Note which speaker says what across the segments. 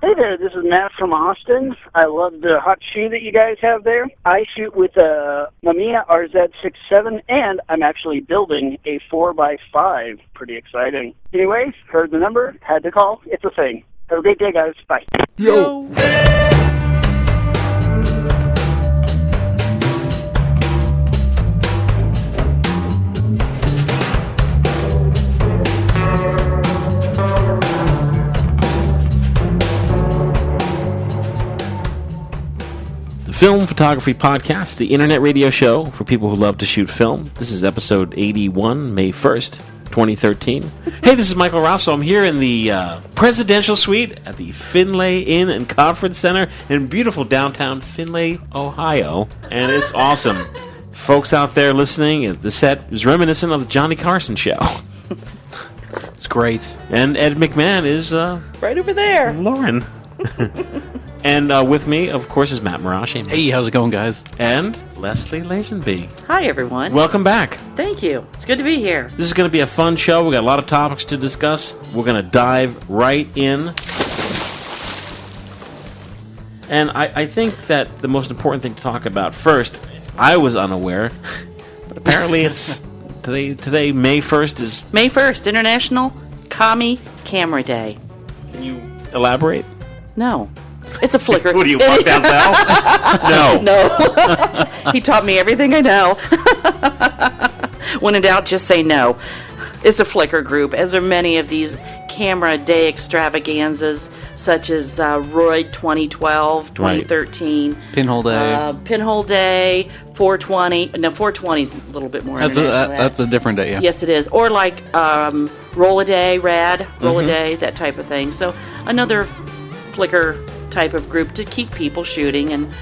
Speaker 1: Hey there, this is Matt from Austin. I love the hot shoe that you guys have there. I shoot with a Mamiya RZ67, and I'm actually building a 4x5. Pretty exciting. Anyway, heard the number, had to call. It's a thing. Have a great day, guys. Bye.
Speaker 2: Yo. The Film Photography Podcast, the internet radio show for people who love to shoot film. This is episode 81, May 1st, 2013. hey, this is Michael Rosso. I'm here in the uh, presidential suite at the Finlay Inn and Conference Center in beautiful downtown Finlay, Ohio. And it's awesome. Folks out there listening, uh, the set is reminiscent of the Johnny Carson show.
Speaker 3: It's great.
Speaker 2: And Ed McMahon is uh,
Speaker 4: Right over there.
Speaker 2: Lauren. and uh, with me, of course, is Matt Marashi.
Speaker 3: Hey, how's it going, guys?
Speaker 2: and Leslie Lazenby.
Speaker 4: Hi, everyone.
Speaker 2: Welcome back.
Speaker 4: Thank you. It's good to be here.
Speaker 2: This is going to be a fun show. We got a lot of topics to discuss. We're going to dive right in. And I, I think that the most important thing to talk about first, I was unaware, but apparently it's today. Today, May first is.
Speaker 4: May 1st, International Kami Camera Day.
Speaker 2: Can you elaborate?
Speaker 4: No. It's a flicker.
Speaker 2: What do you want that now? no.
Speaker 4: no. he taught me everything I know. when in doubt, just say no. It's a Flickr group, as are many of these camera day extravaganzas, such as uh, Roy 2012, 2013,
Speaker 3: Pinhole Day.
Speaker 4: uh, Pinhole Day, 420. No, 420 is a little bit more.
Speaker 3: that's a
Speaker 4: international
Speaker 3: that,
Speaker 4: than that.
Speaker 3: that's a different day. Yeah.
Speaker 4: Yes, it is. Or like um, Roll a Day, Rad, Roll
Speaker 2: Mm-hmm.
Speaker 4: a Day, that type of thing. So another Flickr type of group to keep people shooting and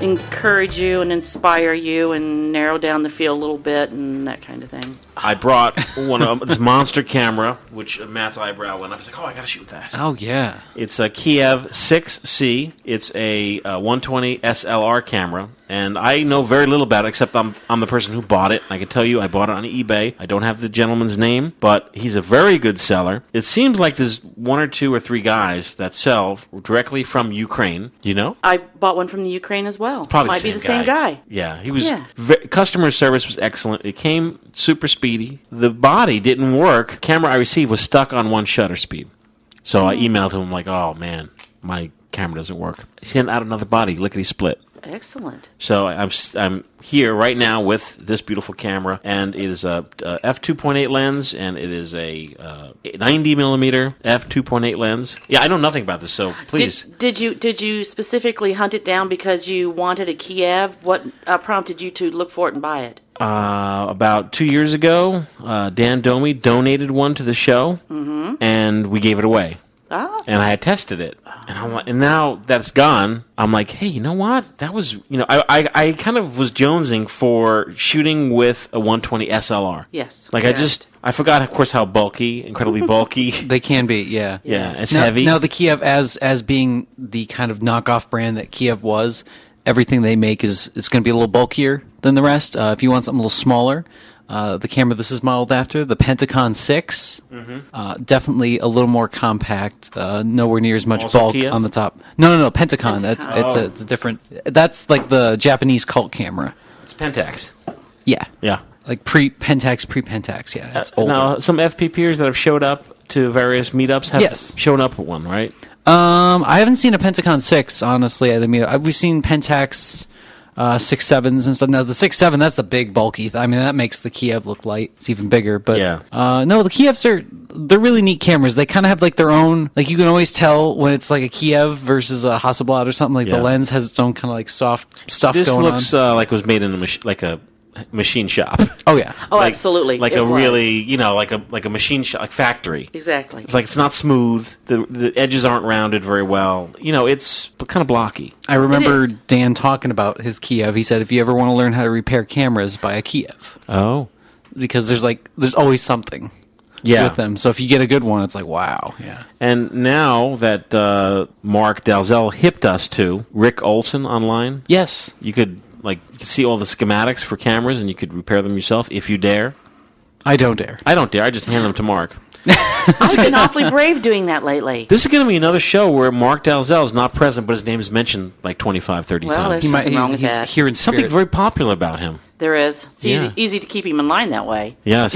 Speaker 4: encourage you and inspire you and narrow down the field a little bit and that kind of thing.
Speaker 2: I brought one of this monster camera, which Matt's eyebrow went up. I was like, "Oh, I got to shoot with that."
Speaker 3: Oh yeah.
Speaker 2: It's a Kiev 6C. It's a uh, 120 SLR camera, and I know very little about it except I'm I'm the person who bought it. I can tell you, I bought it on eBay. I don't have the gentleman's name, but he's a very good seller. It seems like there's one or two or three guys that sell directly from Ukraine. You know.
Speaker 4: I bought one from the Ukraine as well.
Speaker 2: Probably
Speaker 4: Might be the same guy.
Speaker 2: Yeah, he was.
Speaker 4: Yeah.
Speaker 2: Ve- customer service was excellent. It came super speedy. The body didn't work. Camera I received was stuck on one shutter speed. So
Speaker 4: Mm.
Speaker 2: I emailed him like, "Oh man, my camera doesn't work." Sent out another body, lickety split.
Speaker 4: Excellent.
Speaker 2: So I- I'm s- I'm here right now with this beautiful camera, and it is a, uh f two point eight lens, and it is a uh, ninety millimeter f two point eight lens. Yeah, I know nothing about this, so please.
Speaker 4: Did, did you did you specifically hunt it down because you wanted a Kiev? What uh, prompted you to look for it and buy it?
Speaker 2: uh, about two years ago, uh, Dan Domi donated one to the show,
Speaker 4: Mm-hmm.
Speaker 2: and we gave it away.
Speaker 4: Ah,
Speaker 2: And I had tested it, and I'm like, and now that's gone. I'm like, hey, you know what? That was, you know, I, I, I kind of was jonesing for shooting with a 120 SLR.
Speaker 4: Yes,
Speaker 2: Like I
Speaker 4: correct.
Speaker 2: just, I forgot, of course, how bulky, incredibly bulky.
Speaker 3: They can be. Yeah.
Speaker 2: yeah, it's
Speaker 3: now,
Speaker 2: heavy.
Speaker 3: Now the Kiev, as as being the kind of knockoff brand that Kiev was, everything they make is is going to be a little bulkier than the rest. Uh, if you want something a little smaller. Uh, the camera this is modeled after, the Pentacon 6,
Speaker 2: Mm-hmm.
Speaker 3: uh, definitely a little more compact, uh, nowhere near as much
Speaker 2: Also
Speaker 3: bulk
Speaker 2: Kiev? Oh.
Speaker 3: on the top. No, no, no, Pentacon. That's it's a, it's a different. That's like the Japanese cult camera.
Speaker 2: it's Pentax.
Speaker 3: Yeah,
Speaker 2: Yeah.
Speaker 3: like pre Pentax, pre Pentax. Yeah, it's older.
Speaker 2: Now, some FPPers that have showed up to various meetups have
Speaker 3: Yes.
Speaker 2: shown up at one, right?
Speaker 3: Um, I haven't seen a Pentacon six honestly. I mean, I- we've seen Pentax uh, six sevens and stuff. Now the six seven, that's the big bulky. Th- I mean, that makes the Kiev look light. It's even bigger, but
Speaker 2: Yeah.
Speaker 3: Uh, no, the Kievs are they're really neat cameras. They kind of have like their own. Like you can always tell when it's like a Kiev versus a Hasselblad or something. Like
Speaker 2: Yeah.
Speaker 3: the lens has its own kind of like soft stuff
Speaker 2: This
Speaker 3: going
Speaker 2: looks
Speaker 3: on.
Speaker 2: Uh, like it was made in a mach- like a machine shop.
Speaker 3: oh yeah,
Speaker 4: oh,
Speaker 2: like,
Speaker 4: absolutely.
Speaker 2: Like
Speaker 4: It
Speaker 2: a
Speaker 4: was.
Speaker 2: really, you know, like a like a machine shop, like factory.
Speaker 4: exactly.
Speaker 2: It's like it's not smooth. The the edges aren't rounded very well. You know, it's kind of blocky.
Speaker 3: I remember
Speaker 4: is.
Speaker 3: Dan talking about his Kiev. He said, if you ever want to learn how to repair cameras, buy a Kiev
Speaker 2: Oh,
Speaker 3: because there's like there's always something.
Speaker 2: yeah.
Speaker 3: with them. So if you get a good one, it's like wow, yeah.
Speaker 2: And now that uh, Mark Dalzell hipped us to Rick Olson online,
Speaker 3: Yes,
Speaker 2: you could like you could see all the schematics for cameras, and you could repair them yourself if you dare.
Speaker 3: I don't dare.
Speaker 2: I don't dare. I just hand them to Mark.
Speaker 4: I've been awfully brave doing that lately.
Speaker 2: This is going to be another show where Mark Dalzell is not present, but his name is mentioned like 25, 30
Speaker 4: Well,
Speaker 2: times.
Speaker 4: there's
Speaker 3: He might,
Speaker 4: Something
Speaker 3: he's,
Speaker 4: wrong with
Speaker 3: he's
Speaker 4: that.
Speaker 3: here in
Speaker 2: Something
Speaker 3: spirit.
Speaker 2: very popular about him.
Speaker 4: There is. It's
Speaker 2: Yeah.
Speaker 4: easy, easy to keep him in line that way.
Speaker 2: Yes.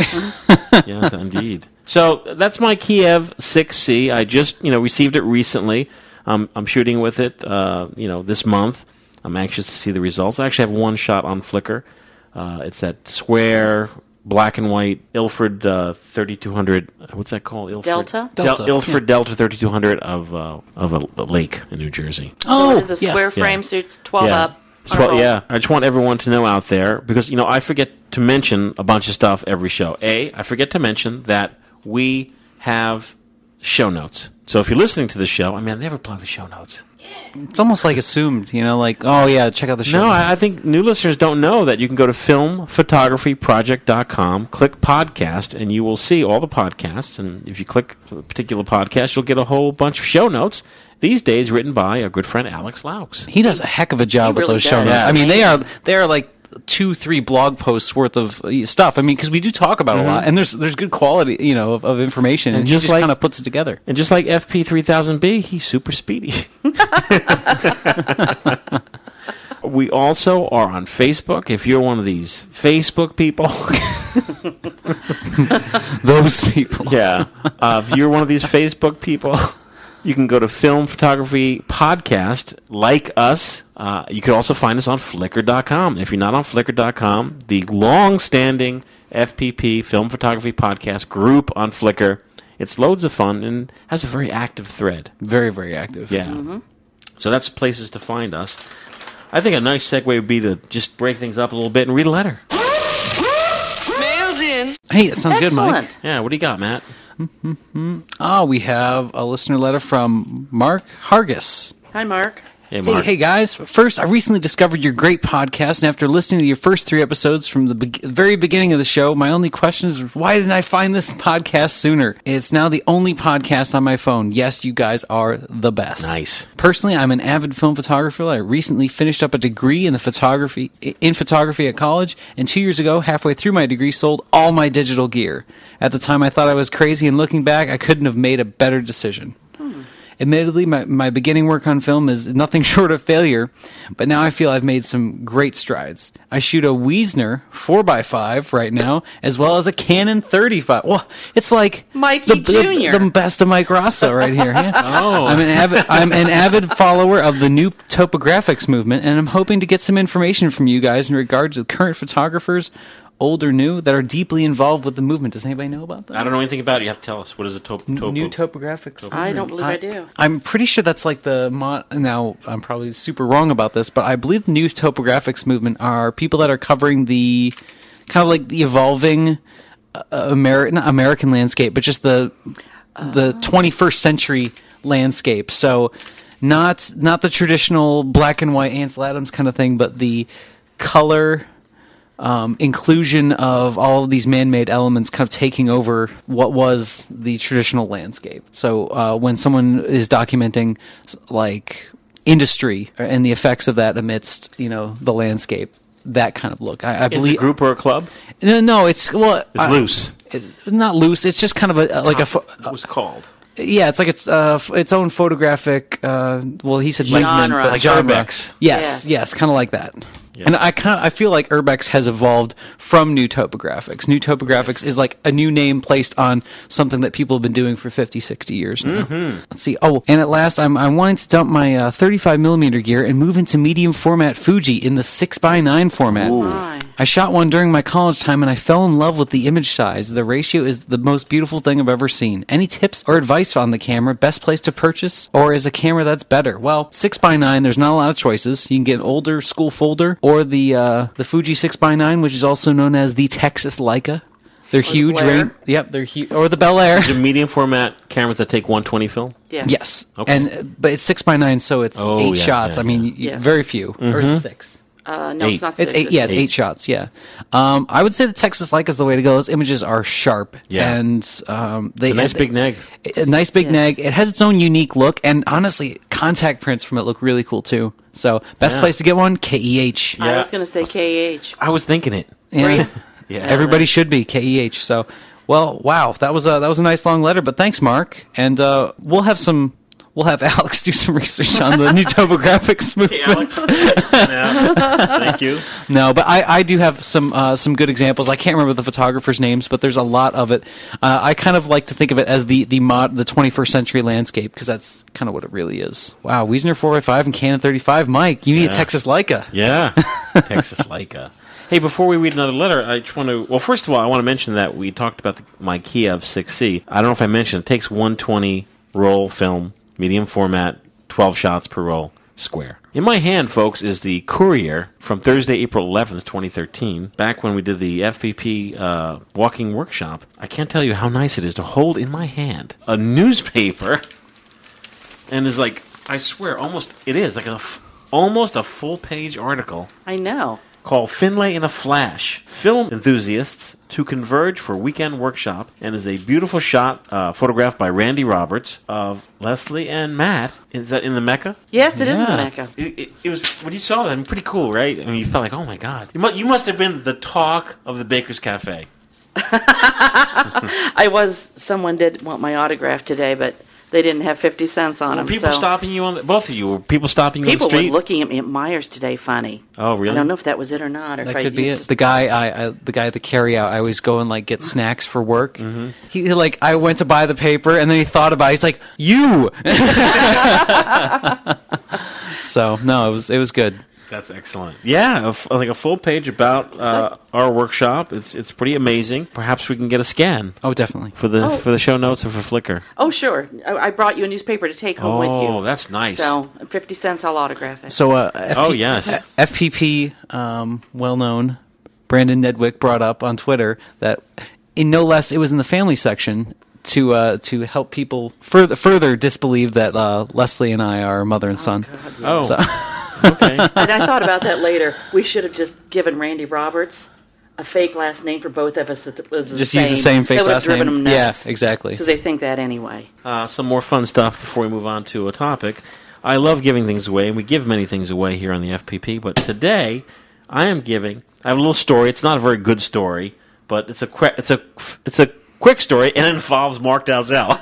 Speaker 2: yes, indeed. So that's my Kiev 6C. I just, you know, received it recently. Um, I'm shooting with it, uh, you know, this month. I'm anxious to see the results. I actually have one shot on Flickr. Uh, it's that square, black and white Ilford uh, 3200. What's that called? Ilford
Speaker 4: Delta?
Speaker 2: Del-
Speaker 3: Delta,
Speaker 2: Ilford Delta 3200 of uh, of a, a lake in New Jersey.
Speaker 4: So
Speaker 3: Oh,
Speaker 4: it is a
Speaker 3: yes.
Speaker 4: square frame, so it's 12 up.
Speaker 2: It's
Speaker 4: on a
Speaker 2: what-
Speaker 4: roll.
Speaker 2: yeah, I just want everyone to know out there because you know I forget to mention a bunch of stuff every show. A, I forget to mention that we have show notes. So if you're listening to the show, I mean, I never plug the show notes.
Speaker 3: It's almost like assumed, you know, like, oh, yeah, check out the show.
Speaker 2: No,
Speaker 3: notes.
Speaker 2: I, I think new listeners don't know that you can go to filmphotographyproject.com, click podcast, and you will see all the podcasts. And if you click a particular podcast, you'll get a whole bunch of show notes. These days, written by our good friend Alex Laux.
Speaker 3: he does a heck of a job
Speaker 4: He
Speaker 3: with
Speaker 4: really
Speaker 3: those show
Speaker 4: does.
Speaker 3: notes.
Speaker 2: Yeah.
Speaker 3: I mean, they are they are like two, three blog posts worth of uh, stuff. I mean, because we do talk about a lot, and there's there's good quality, you know, of, of information, Mm-hmm. and, he
Speaker 2: just
Speaker 3: just
Speaker 2: like-
Speaker 3: kind of puts it together.
Speaker 2: And just like FP3000B, he's super speedy. we also are on Facebook. If you're one of these Facebook people,
Speaker 3: Those people.
Speaker 2: yeah, uh, if you're one of these Facebook people, you can go to Film Photography Podcast, like us. Uh, you can also find us on Flickr.com. If you're not on Flickr.com, the long-standing FPP Film Photography Podcast group on Flickr. It's loads of fun and has a very active thread.
Speaker 3: Very, very active.
Speaker 2: Yeah. Mm-hmm. So that's places to find us. I think a nice segue would be to just break things up a little bit and read a letter.
Speaker 5: Mail's in.
Speaker 3: Hey, that sounds good, Mike.
Speaker 4: Excellent.
Speaker 2: Yeah, what do you got, Matt?
Speaker 3: Ah, we have a listener letter from Mark Hargis.
Speaker 4: Hi, Mark.
Speaker 2: Hey,
Speaker 3: Hey,
Speaker 2: Mark.
Speaker 3: hey guys! First, I recently discovered your great podcast, and after listening to your first three episodes from the be- very beginning of the show, my only question is why didn't I find this podcast sooner? It's now the only podcast on my phone. Yes, you guys are the best.
Speaker 2: Nice.
Speaker 3: Personally, I'm an avid film photographer. I recently finished up a degree in the photography in photography at college, and two years ago, halfway through my degree, sold all my digital gear. At the time, I thought I was crazy, and looking back, I couldn't have made a better decision. Admittedly, my, my beginning work on film is nothing short of failure, but now I feel I've made some great strides. I shoot a Wiesner 4x5 right now, as well as a Canon 35. Well, it's like
Speaker 4: Mikey Jr..
Speaker 3: the best of Mike Rosso right here. Yeah. oh. I'm, an avid, I'm an avid follower of the new topographics movement, and I'm hoping to get some information from you guys in regards to current photographers, old or new, that are deeply involved with the movement. Does anybody know about that?
Speaker 2: I don't know anything about it. You have to tell us. What is a top? topo?
Speaker 3: New topographics.
Speaker 4: I don't believe I do.
Speaker 3: I'm pretty sure that's like the mo- now. I'm probably super wrong about this, but I believe the new topographics movement are people that are covering the kind of like the evolving uh, American American landscape, but just the the 21st century landscape. So not not the traditional black and white Ansel Adams kind of thing, but the color um, inclusion of all of these man-made elements kind of taking over what was the traditional landscape. So uh, when someone is documenting s- like industry and the effects of that amidst you know the landscape, that kind of look. I, I
Speaker 2: It's a
Speaker 3: believe
Speaker 2: group or a club.
Speaker 3: No, no, it's well,
Speaker 2: It's
Speaker 3: I-
Speaker 2: loose.
Speaker 3: it- not loose. It's just kind of a, a like a pho-
Speaker 2: What was called?
Speaker 3: yeah. It's like it's uh, f- its own photographic. Uh, well, he said movement,
Speaker 4: Genre.
Speaker 3: but
Speaker 4: Like
Speaker 3: genre.
Speaker 2: Urbex.
Speaker 3: Yes, yes,
Speaker 4: Yes.
Speaker 3: kind of like that. And I kind of I feel like Urbex has evolved from New Topographics. New Topographics is like a new name placed on something that people have been doing for 50, 60 years now. Let's see. Oh, and at last, I'm I'm wanting to dump my uh, 35 millimeter gear and move into medium format Fuji in the 6 by 9 format.
Speaker 4: Hi.
Speaker 3: I shot one during my college time and I fell in love with the image size. The ratio is the most beautiful thing I've ever seen. Any tips or advice on the camera? Best place to purchase? Or is a camera that's better? Well, 6x9, there's not a lot of choices. You can get an older school folder or the uh, the Fuji 6x9, which is also known as the Texas Leica. They're huge.
Speaker 4: Blair.
Speaker 3: ran- yep, they're huge. Or the Bel Air.
Speaker 2: The medium format cameras that take 120 film.
Speaker 4: Yes.
Speaker 3: Yes.
Speaker 2: Okay.
Speaker 3: And uh, but it's 6x9, so it's
Speaker 2: Oh,
Speaker 3: eight
Speaker 2: yeah,
Speaker 3: shots.
Speaker 2: yeah,
Speaker 3: I mean,
Speaker 2: yeah. Mm-hmm.
Speaker 3: y-
Speaker 4: Yes.
Speaker 3: very few. Or is it 6?
Speaker 4: Uh, no,
Speaker 2: Eight.
Speaker 4: it's not six.
Speaker 3: It's eight. Yeah, it's eight, shots. Yeah, um, I would say the Texas Leica is the way to go. Those images are sharp.
Speaker 2: Yeah.
Speaker 3: and um, they
Speaker 2: A nice big neg.
Speaker 3: A nice big
Speaker 4: Yes.
Speaker 3: neg. It has its own unique look, and honestly, contact prints from it look really cool too. So, best
Speaker 2: Yeah.
Speaker 3: place to get one, KEH.
Speaker 4: I
Speaker 2: Yeah.
Speaker 4: was going to say KH.
Speaker 2: I was thinking it.
Speaker 3: Yeah.
Speaker 4: Great.
Speaker 2: Yeah.
Speaker 3: Everybody should be KEH. E So, Well, wow, that was a that was a nice long letter, but thanks, Mark. And uh, we'll have some we'll have Alex do some research on the new topographics movement.
Speaker 2: Thank you.
Speaker 3: No, but I, I do have some uh, some good examples. I can't remember the photographers' names, but there's a lot of it. Uh, I kind of like to think of it as the the mod the 21st century landscape because that's kind of what it really is. Wow, Wiesner 455 and Canon 35. Mike, you need a Texas Leica.
Speaker 2: Yeah, Texas Leica. Hey, before we read another letter, I just want to. Well, first of all, I want to mention that we talked about the, my Kiev 6C. I don't know if I mentioned it takes 120 roll film, medium format, 12 shots per roll, square. In my hand, folks, is the Courier from Thursday, April 11th, 2013. Back when we did the FPP uh, walking workshop, I can't tell you how nice it is to hold in my hand a newspaper and is like I swear, almost it is like a f- almost a full page article
Speaker 4: I know.
Speaker 2: called Finlay in a Flash: Film Enthusiasts to Converge for Weekend Workshop, and is a beautiful shot uh, photographed by Randy Roberts of Leslie and Matt. Is that in the Mecca?
Speaker 4: Yes, it is
Speaker 3: Yeah.
Speaker 4: in the Mecca.
Speaker 2: It, it, it was when you saw that. I mean, pretty cool, right? I mean, you felt like, oh my god, you must, you must have been the talk of the Baker's Cafe.
Speaker 4: I was. Someone did want my autograph today, but they didn't have fifty cents on
Speaker 2: Were
Speaker 4: them.
Speaker 2: people
Speaker 4: so
Speaker 2: stopping you on the, both of you? Were people stopping you
Speaker 4: people
Speaker 2: on the
Speaker 4: were
Speaker 2: street?
Speaker 4: looking at me at Myers today. Funny.
Speaker 2: oh, really?
Speaker 4: I don't know if that was it or not. Or if
Speaker 3: That
Speaker 4: I
Speaker 3: could be it.
Speaker 4: used
Speaker 3: The guy, I, I the guy at the carryout, I always go and like get snacks for work.
Speaker 2: Mm-hmm.
Speaker 3: He he, like, I went to buy the paper, and then he thought about. it. He's like, you. so no, it was it was good.
Speaker 2: That's excellent. Yeah, a f- like a full page about uh, our workshop. It's it's pretty amazing. Perhaps we can get a scan
Speaker 3: Oh, definitely.
Speaker 2: for the
Speaker 4: Oh.
Speaker 2: for the show notes or for Flickr.
Speaker 4: Oh, sure. I, I brought you a newspaper to take home with you.
Speaker 2: Oh, that's nice.
Speaker 4: So, 50 cents, I'll autograph it.
Speaker 3: So, uh, FP-
Speaker 2: Oh, yes.
Speaker 3: FPP, um, well known, Brandon Nedwick brought up on Twitter that in no less it was in the family section to uh, to help people further further disbelieve that uh, Leslie and I are mother and son.
Speaker 4: God, yeah.
Speaker 2: Oh, okay.
Speaker 4: And I thought about that later. We should have just given Randy Roberts a fake last name for both of us. That was the
Speaker 3: Just
Speaker 4: same.
Speaker 3: use the same
Speaker 4: that
Speaker 3: fake
Speaker 4: would have
Speaker 3: last
Speaker 4: driven
Speaker 3: name.
Speaker 4: Them
Speaker 3: Yeah,
Speaker 4: nuts,
Speaker 3: exactly.
Speaker 4: Because they think that anyway.
Speaker 2: Uh, some more fun stuff before we move on to a topic. I love giving things away, and we give many things away here on the FPP. But today, I am giving. I have a little story. It's not a very good story, but it's a que- it's a it's a quick story, and it involves Mark Dalzell.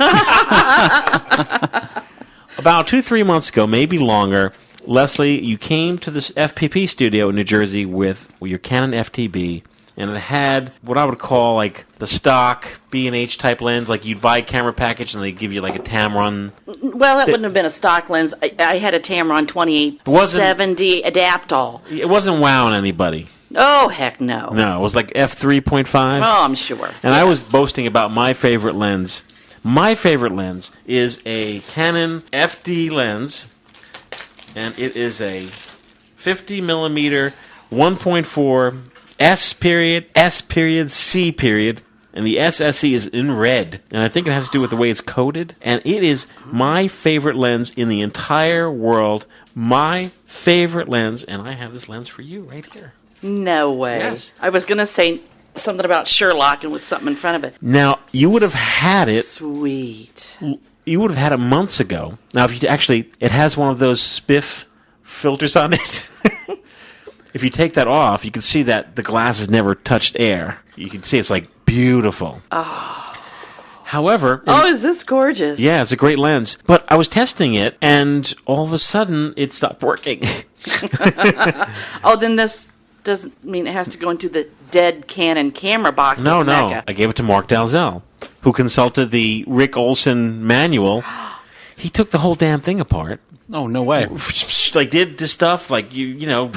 Speaker 2: About two, three months ago, maybe longer, Leslie, you came to this FPP studio in New Jersey with your Canon FTB, and it had what I would call like the stock B and H type lens. Like you'd buy a camera package, and they give you like a Tamron.
Speaker 4: Well, that wouldn't have been a stock lens. I, I had a Tamron 2870 Adaptol.
Speaker 2: It wasn't wowing anybody.
Speaker 4: Oh, heck no.
Speaker 2: No, it was like f three point five.
Speaker 4: Oh, I'm sure.
Speaker 2: And I was boasting about my favorite lens. My favorite lens is a Canon FD lens, and it is a 50 millimeter 1.4 S period S period C period, and the SSC is in red, and I think it has to do with the way it's coded. And it is my favorite lens in the entire world. My favorite lens, and I have this lens for you right here.
Speaker 4: No way.
Speaker 2: Yes.
Speaker 4: I was going to say something about Sherlock and with something in front of it.
Speaker 2: Now you would have had it
Speaker 4: Sweet.
Speaker 2: you would have had it months ago. Now, if you actually, it has one of those spiff filters on it. if you take that off, you can see that the glass has never touched air. You can see it's like beautiful. However,
Speaker 4: Oh, is this gorgeous?
Speaker 2: yeah, it's a great lens. But I was testing it, and all of a sudden, it stopped working.
Speaker 4: Oh, then this doesn't mean it has to go into the dead Canon camera box.
Speaker 2: no,
Speaker 4: at
Speaker 2: no,
Speaker 4: Mecca.
Speaker 2: I gave it to Mark Dalzell, who consulted the Rick Olson manual. He took the whole damn thing apart.
Speaker 3: Oh no way!
Speaker 2: like did this stuff like you you know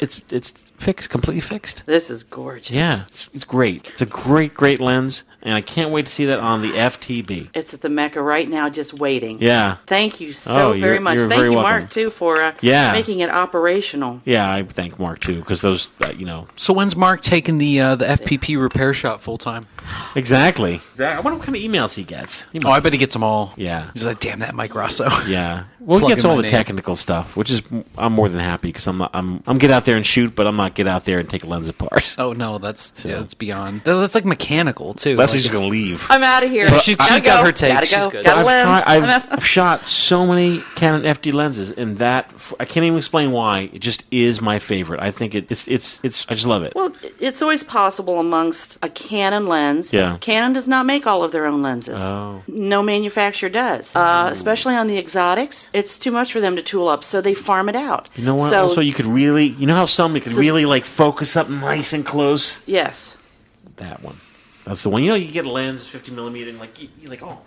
Speaker 2: it's it's fixed completely fixed
Speaker 4: This is gorgeous.
Speaker 2: yeah it's, it's great it's a great great lens and i can't wait to see that on the ftb
Speaker 4: It's at the Mecca right now, just waiting.
Speaker 2: yeah
Speaker 4: Thank you so
Speaker 2: Oh,
Speaker 4: very
Speaker 2: you're-
Speaker 4: much.
Speaker 2: you're
Speaker 4: Thank
Speaker 2: very
Speaker 4: you,
Speaker 2: welcome.
Speaker 4: Mark, too, for uh,
Speaker 2: Yeah.
Speaker 4: making it operational.
Speaker 2: yeah i thank mark too because those uh, you know
Speaker 3: So when's Mark taking the uh, the FPP repair shop full time?
Speaker 2: exactly i wonder what kind of emails he gets He
Speaker 3: Oh,
Speaker 2: must-
Speaker 3: I bet he gets them all.
Speaker 2: yeah
Speaker 3: He's like, damn that Mike Rosso.
Speaker 2: yeah Well, he
Speaker 3: plug
Speaker 2: gets
Speaker 3: in
Speaker 2: all
Speaker 3: my
Speaker 2: the
Speaker 3: name.
Speaker 2: technical stuff, which is I'm more than happy because I'm not, I'm I'm get out there and shoot, but I'm not get out there and take a lens apart.
Speaker 3: Oh no, that's yeah, that's beyond. that- That's like mechanical too.
Speaker 2: Leslie's
Speaker 3: Like,
Speaker 2: gonna leave.
Speaker 4: I'm out of here.
Speaker 3: Yeah, she-
Speaker 4: Gotta
Speaker 3: she's got
Speaker 4: go.
Speaker 3: her take.
Speaker 4: Gotta
Speaker 3: She's
Speaker 4: go.
Speaker 3: good.
Speaker 4: Got a
Speaker 2: I've,
Speaker 4: lens.
Speaker 2: tried-
Speaker 4: I'm out.
Speaker 2: I've shot so many Canon FD lenses, and that I can't even explain why. It just is my favorite. I think it, it's it's it's. I just love it.
Speaker 4: Well, it's always possible amongst a Canon lens.
Speaker 2: Yeah.
Speaker 4: Canon does not make all of their own lenses.
Speaker 2: Oh.
Speaker 4: No manufacturer does, uh, especially on the exotics. It's too much for them to tool up, so they farm it out.
Speaker 2: you know what?
Speaker 4: So,
Speaker 2: also, you could really, you know how some you could really like focus up nice and close.
Speaker 4: yes.
Speaker 2: That one, that's the one. You know, you get a lens 50 millimeter, and like you, you're like, oh,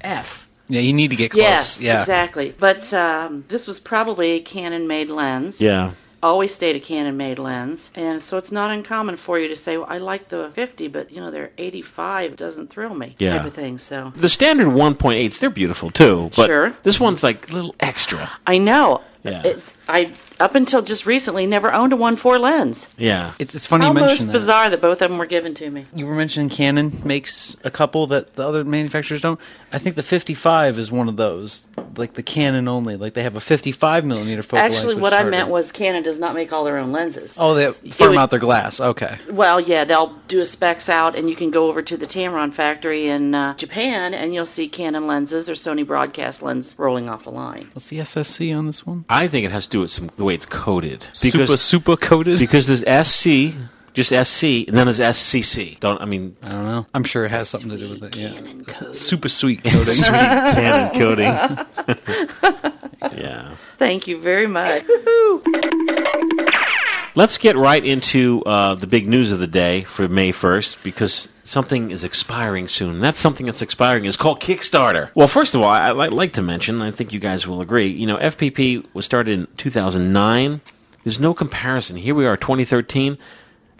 Speaker 2: f.
Speaker 3: yeah, you need to get close.
Speaker 4: Yes,
Speaker 3: yeah,
Speaker 4: exactly. But um, this was probably a Canon made lens.
Speaker 2: Yeah,
Speaker 4: Always stayed a Canon made lens. And so it's not uncommon for you to say, well, I like the 50, but, you know, their 85 doesn't thrill me
Speaker 2: Yeah.
Speaker 4: type of thing. So
Speaker 2: the standard 1.8s, they're beautiful too. But
Speaker 4: Sure.
Speaker 2: This one's like a little extra.
Speaker 4: I know.
Speaker 2: Yeah.
Speaker 4: It, I, up until just recently, never owned a 1.4 lens.
Speaker 2: Yeah.
Speaker 3: It's it's funny you
Speaker 4: Almost
Speaker 3: mentioned that.
Speaker 4: bizarre that both of them were given to me.
Speaker 3: You were mentioning Canon makes a couple that the other manufacturers don't. I think the 55 is one of those, like the Canon only. Like they have a 55 millimeter focal. length,
Speaker 4: Actually,
Speaker 3: which
Speaker 4: what
Speaker 3: is
Speaker 4: I
Speaker 3: harder.
Speaker 4: meant was Canon does not make all their own lenses.
Speaker 3: oh, they firm
Speaker 4: would-
Speaker 3: out their glass. Okay,
Speaker 4: Well, yeah, they'll do a specs out, and you can go over to the Tamron factory in uh, Japan, and you'll see Canon lenses or Sony broadcast lens rolling off the line.
Speaker 3: what's the SSC on this one?
Speaker 2: I think it has to do with some the way it's coded.
Speaker 3: super super coated.
Speaker 2: because there's SC, just SC, and then there's SCC. Don't I mean
Speaker 3: I don't know. I'm sure it has something to do with it. Yeah,
Speaker 4: Canon code.
Speaker 3: super sweet coating.
Speaker 2: sweet canon coding? yeah.
Speaker 4: Thank you very much.
Speaker 2: Let's get right into uh, the big news of the day for May 1st because something is expiring soon. That's something that's expiring is called Kickstarter. Well, first of all, I- I'd li- like to mention, I think you guys will agree, you know, FPP was started in 2009. There's no comparison. Here we are, 2013.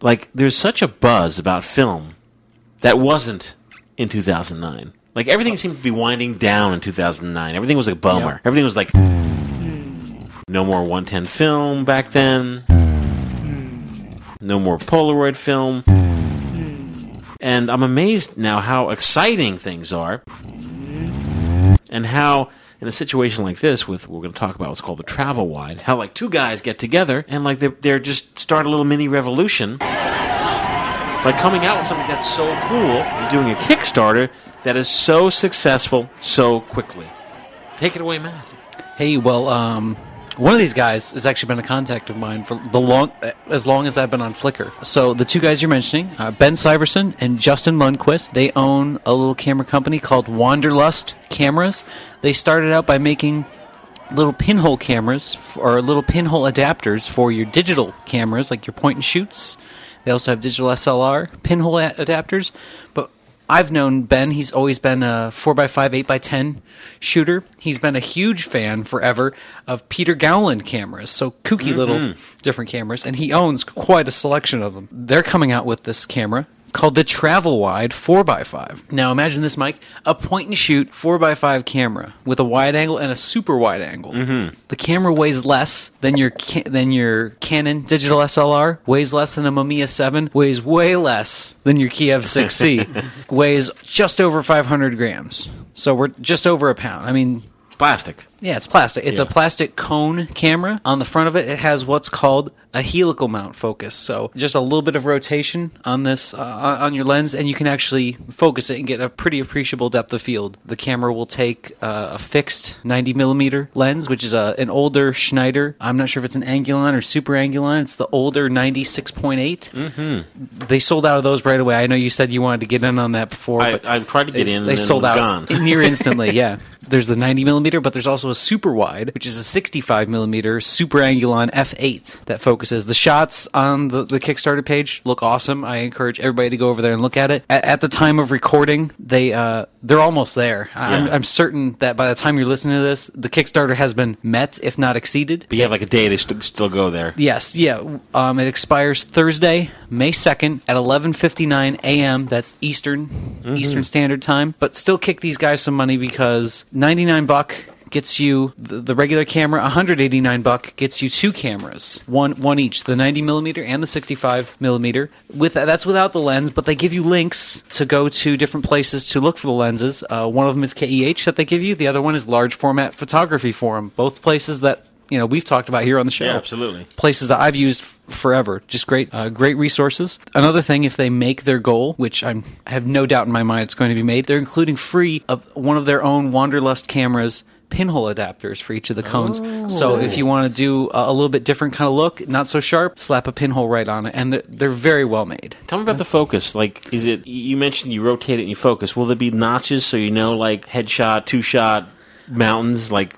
Speaker 2: Like, there's such a buzz about film that wasn't in 2009. Like, everything seemed to be winding down in 2009. Everything was a bummer.
Speaker 3: Yeah.
Speaker 2: Everything was like, no more 110 film back then. No more Polaroid film. And I'm amazed now how exciting things are. And how, in a situation like this, with we're going to talk about what's called the travel wide, how like two guys get together and like they're, they're just start a little mini revolution by coming out with something that's so cool and doing a Kickstarter that is so successful so quickly. Take it away, Matt.
Speaker 3: Hey, well, um, one of these guys has actually been a contact of mine for the long, as long as I've been on Flickr. So the two guys you're mentioning, uh, Ben Syverson and Justin Lundquist, they own a little camera company called Wanderlust Cameras. They started out by making little pinhole cameras f- or little pinhole adapters for your digital cameras, like your point and shoots. They also have digital SLR pinhole a- adapters. But I've known Ben; he's always been a four x five, eight x ten shooter. He's been a huge fan forever of Peter Gowland cameras, so kooky little different cameras, and he owns quite a selection of them. They're coming out with this camera called the Travel Wide 4x5. Now imagine this, Mike, a point and shoot 4x5 camera with a wide angle and a super wide angle. Mm-hmm. The camera weighs less than your ca- than your Canon digital SLR, weighs less than a Mamiya 7, weighs way less than your Kiev 6C, weighs just over 500 grams. So we're just over a pound. I mean,
Speaker 2: Plastic.
Speaker 3: yeah, it's plastic. It's a
Speaker 2: Yeah.
Speaker 3: plastic cone camera. On the front of it, it has what's called a helical mount focus. So just a little bit of rotation on this uh, on your lens, and you can actually focus it and get a pretty appreciable depth of field. The camera will take uh, a fixed 90 millimeter lens, which is a, an older Schneider. I'm not sure if it's an Angulon or Super Angulon. It's the older 96.8. Mm-hmm. They sold out of those right away. I know you said you wanted to get in on that before.
Speaker 2: I-
Speaker 3: but
Speaker 2: I tried to get
Speaker 3: they-
Speaker 2: in and
Speaker 3: They
Speaker 2: then
Speaker 3: sold
Speaker 2: was
Speaker 3: out
Speaker 2: gone.
Speaker 3: near instantly. Yeah, there's the 90 millimeter, but there's also a super wide, which is a 65 millimeter super angulon f8 that focuses. The shots on the, the Kickstarter page look awesome. I encourage everybody to go over there and look at it. At, at the time of recording, they uh, they're almost there. I- I'm,
Speaker 2: Yeah.
Speaker 3: I'm certain that by the time you're listening to this, the Kickstarter has been met, if not exceeded.
Speaker 2: But you have like a day, they st- still go there.
Speaker 3: Yes, yeah. Um, it expires Thursday, May second at eleven fifty nine a.m. That's Eastern Eastern Standard Time. But still, kick these guys some money because ninety nine buck gets you the, the regular camera. 189 buck gets you two cameras, one one each, the 90 millimeter and the 65 millimeter. With that's without the lens, but they give you links to go to different places to look for the lenses. Uh, one of them is KEH that they give you. The other one is Large Format Photography Forum. Both places that you know we've talked about here on the show.
Speaker 2: Yeah, absolutely.
Speaker 3: Places that I've used f- forever. Just great, uh, great resources. Another thing, if they make their goal, which I'm, I have no doubt in my mind, it's going to be made. They're including free of one of their own Wanderlust cameras. Pinhole adapters for each of the cones. So if you want to do a, a little bit different kind of look, not so sharp, slap a pinhole right on it, and they're, they're very well made.
Speaker 2: Tell me about the focus. Like, is it? You mentioned you rotate it and you focus. Will there be notches so you know, like headshot, two shot, mountains? Like,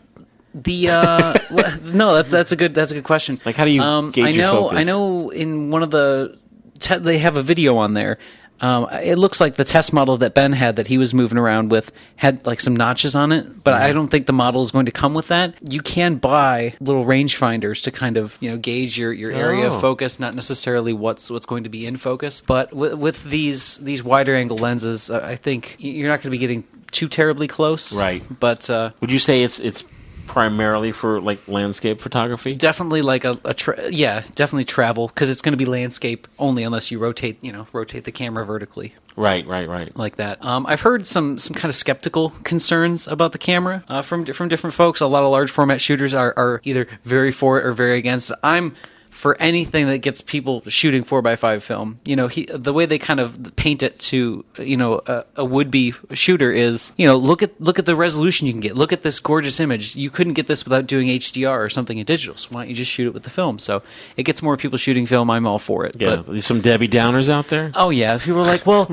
Speaker 3: The uh, le- no, that's that's a good that's a good question. Um,
Speaker 2: Like, how do you gauge
Speaker 3: I
Speaker 2: your
Speaker 3: know
Speaker 2: focus?
Speaker 3: I know in one of the te- they have a video on there. Um, it looks like the test model that Ben had that he was moving around with had like some notches on it,
Speaker 2: Mm-hmm.
Speaker 3: but I don't think the model is going to come with that. You can buy little rangefinders to kind of you know gauge your, your area
Speaker 2: Oh.
Speaker 3: of focus, not necessarily what's what's going to be in focus. But with, with these these wider angle lenses, uh, I think y- you're not going to be getting too terribly close,
Speaker 2: Right.
Speaker 3: But uh,
Speaker 2: would you say it's it's primarily for like landscape photography?
Speaker 3: definitely like a, a tra- yeah definitely travel because it's going to be landscape only unless you rotate you know rotate the camera vertically
Speaker 2: right, right, right.
Speaker 3: like that um, i've heard some some kind of skeptical concerns about the camera uh, from di- from different folks a lot of large format shooters are, are either very for it or very against it. i'm for anything that gets people shooting 4x5 film you know he, the way they kind of paint it to you know a, a would-be shooter is you know look at look at the resolution you can get look at this gorgeous image you couldn't get this without doing hdr or something in digital so why don't you just shoot it with the film so it gets more people shooting film i'm all for it
Speaker 2: Yeah,
Speaker 3: but
Speaker 2: there's some Debbie Downers out there.
Speaker 3: oh yeah people are like well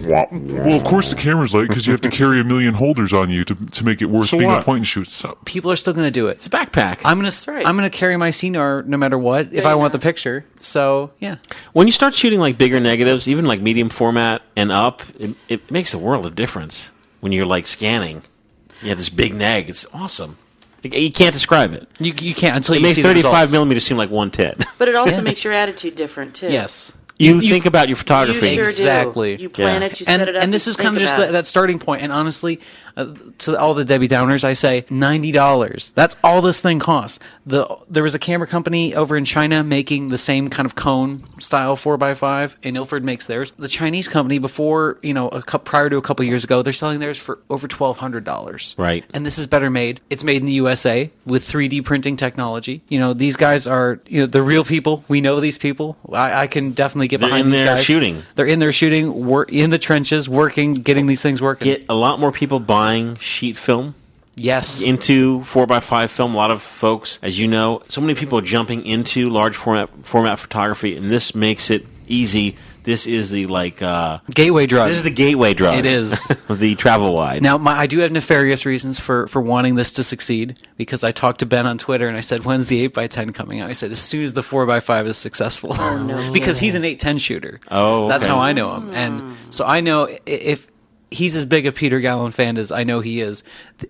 Speaker 6: Well, of course the camera's light because you have to carry a million holders on you to, to make it worth
Speaker 2: So
Speaker 6: being
Speaker 2: what?
Speaker 6: a point and shoot. So,
Speaker 3: people are still going to do it
Speaker 2: It's a backpack.
Speaker 3: I'm gonna I'm gonna carry my CNR no matter what if I want the picture. So yeah,
Speaker 2: when you start shooting like bigger negatives, even like medium format and up, it, it makes a world of difference. When you're like scanning, you have this big neg. It's awesome. Like, you can't describe it.
Speaker 3: you you can't until
Speaker 2: It
Speaker 3: you
Speaker 2: makes
Speaker 3: see the
Speaker 2: 35
Speaker 3: results.
Speaker 2: millimeters seem like one tit.
Speaker 4: But it also
Speaker 3: Yeah.
Speaker 4: makes your attitude different too.
Speaker 3: Yes,
Speaker 2: You, think about your
Speaker 4: you
Speaker 2: photography.
Speaker 4: sure
Speaker 3: Exactly.
Speaker 4: do. You plan
Speaker 2: Yeah.
Speaker 4: it, you
Speaker 3: and
Speaker 4: set it up,
Speaker 3: and this
Speaker 4: you
Speaker 3: is kind
Speaker 4: think
Speaker 3: of just
Speaker 4: about
Speaker 3: that, that starting point. And honestly, uh, to all the Debbie Downers, I say ninety dollars. That's all this thing costs. The there was a camera company over in China making the same kind of cone style four x five, and Ilford makes theirs. The Chinese company before you know a cou- prior to a couple years ago, they're selling theirs for over twelve hundred dollars.
Speaker 2: Right.
Speaker 3: and this is better made. It's made in the USA with 3D printing technology. You know, these guys are you know the real people. We know these people. I, I can definitely get
Speaker 2: They're
Speaker 3: behind
Speaker 2: in
Speaker 3: these
Speaker 2: there
Speaker 3: guys.
Speaker 2: shooting.
Speaker 3: They're in there shooting. We're in the trenches, working, getting these things working.
Speaker 2: Get a lot more people buying sheet film
Speaker 3: yes,
Speaker 2: into 4x5 film. A lot of folks, as you know, so many people are jumping into large format format photography, and this makes it easy. This is the like uh,
Speaker 3: gateway drug.
Speaker 2: this is the gateway drug.
Speaker 3: It is.
Speaker 2: the travel wide.
Speaker 3: Now, my, I do have nefarious reasons for, for wanting this to succeed because I talked to Ben on Twitter and I said, "When's the eight x ten coming out?" I said, "As soon as the four x five is successful," because he's an eight ten shooter.
Speaker 2: Oh,
Speaker 3: that's
Speaker 2: okay.
Speaker 3: how I know him, and so I know i- if he's as big a Peter Gallon fan as I know he is,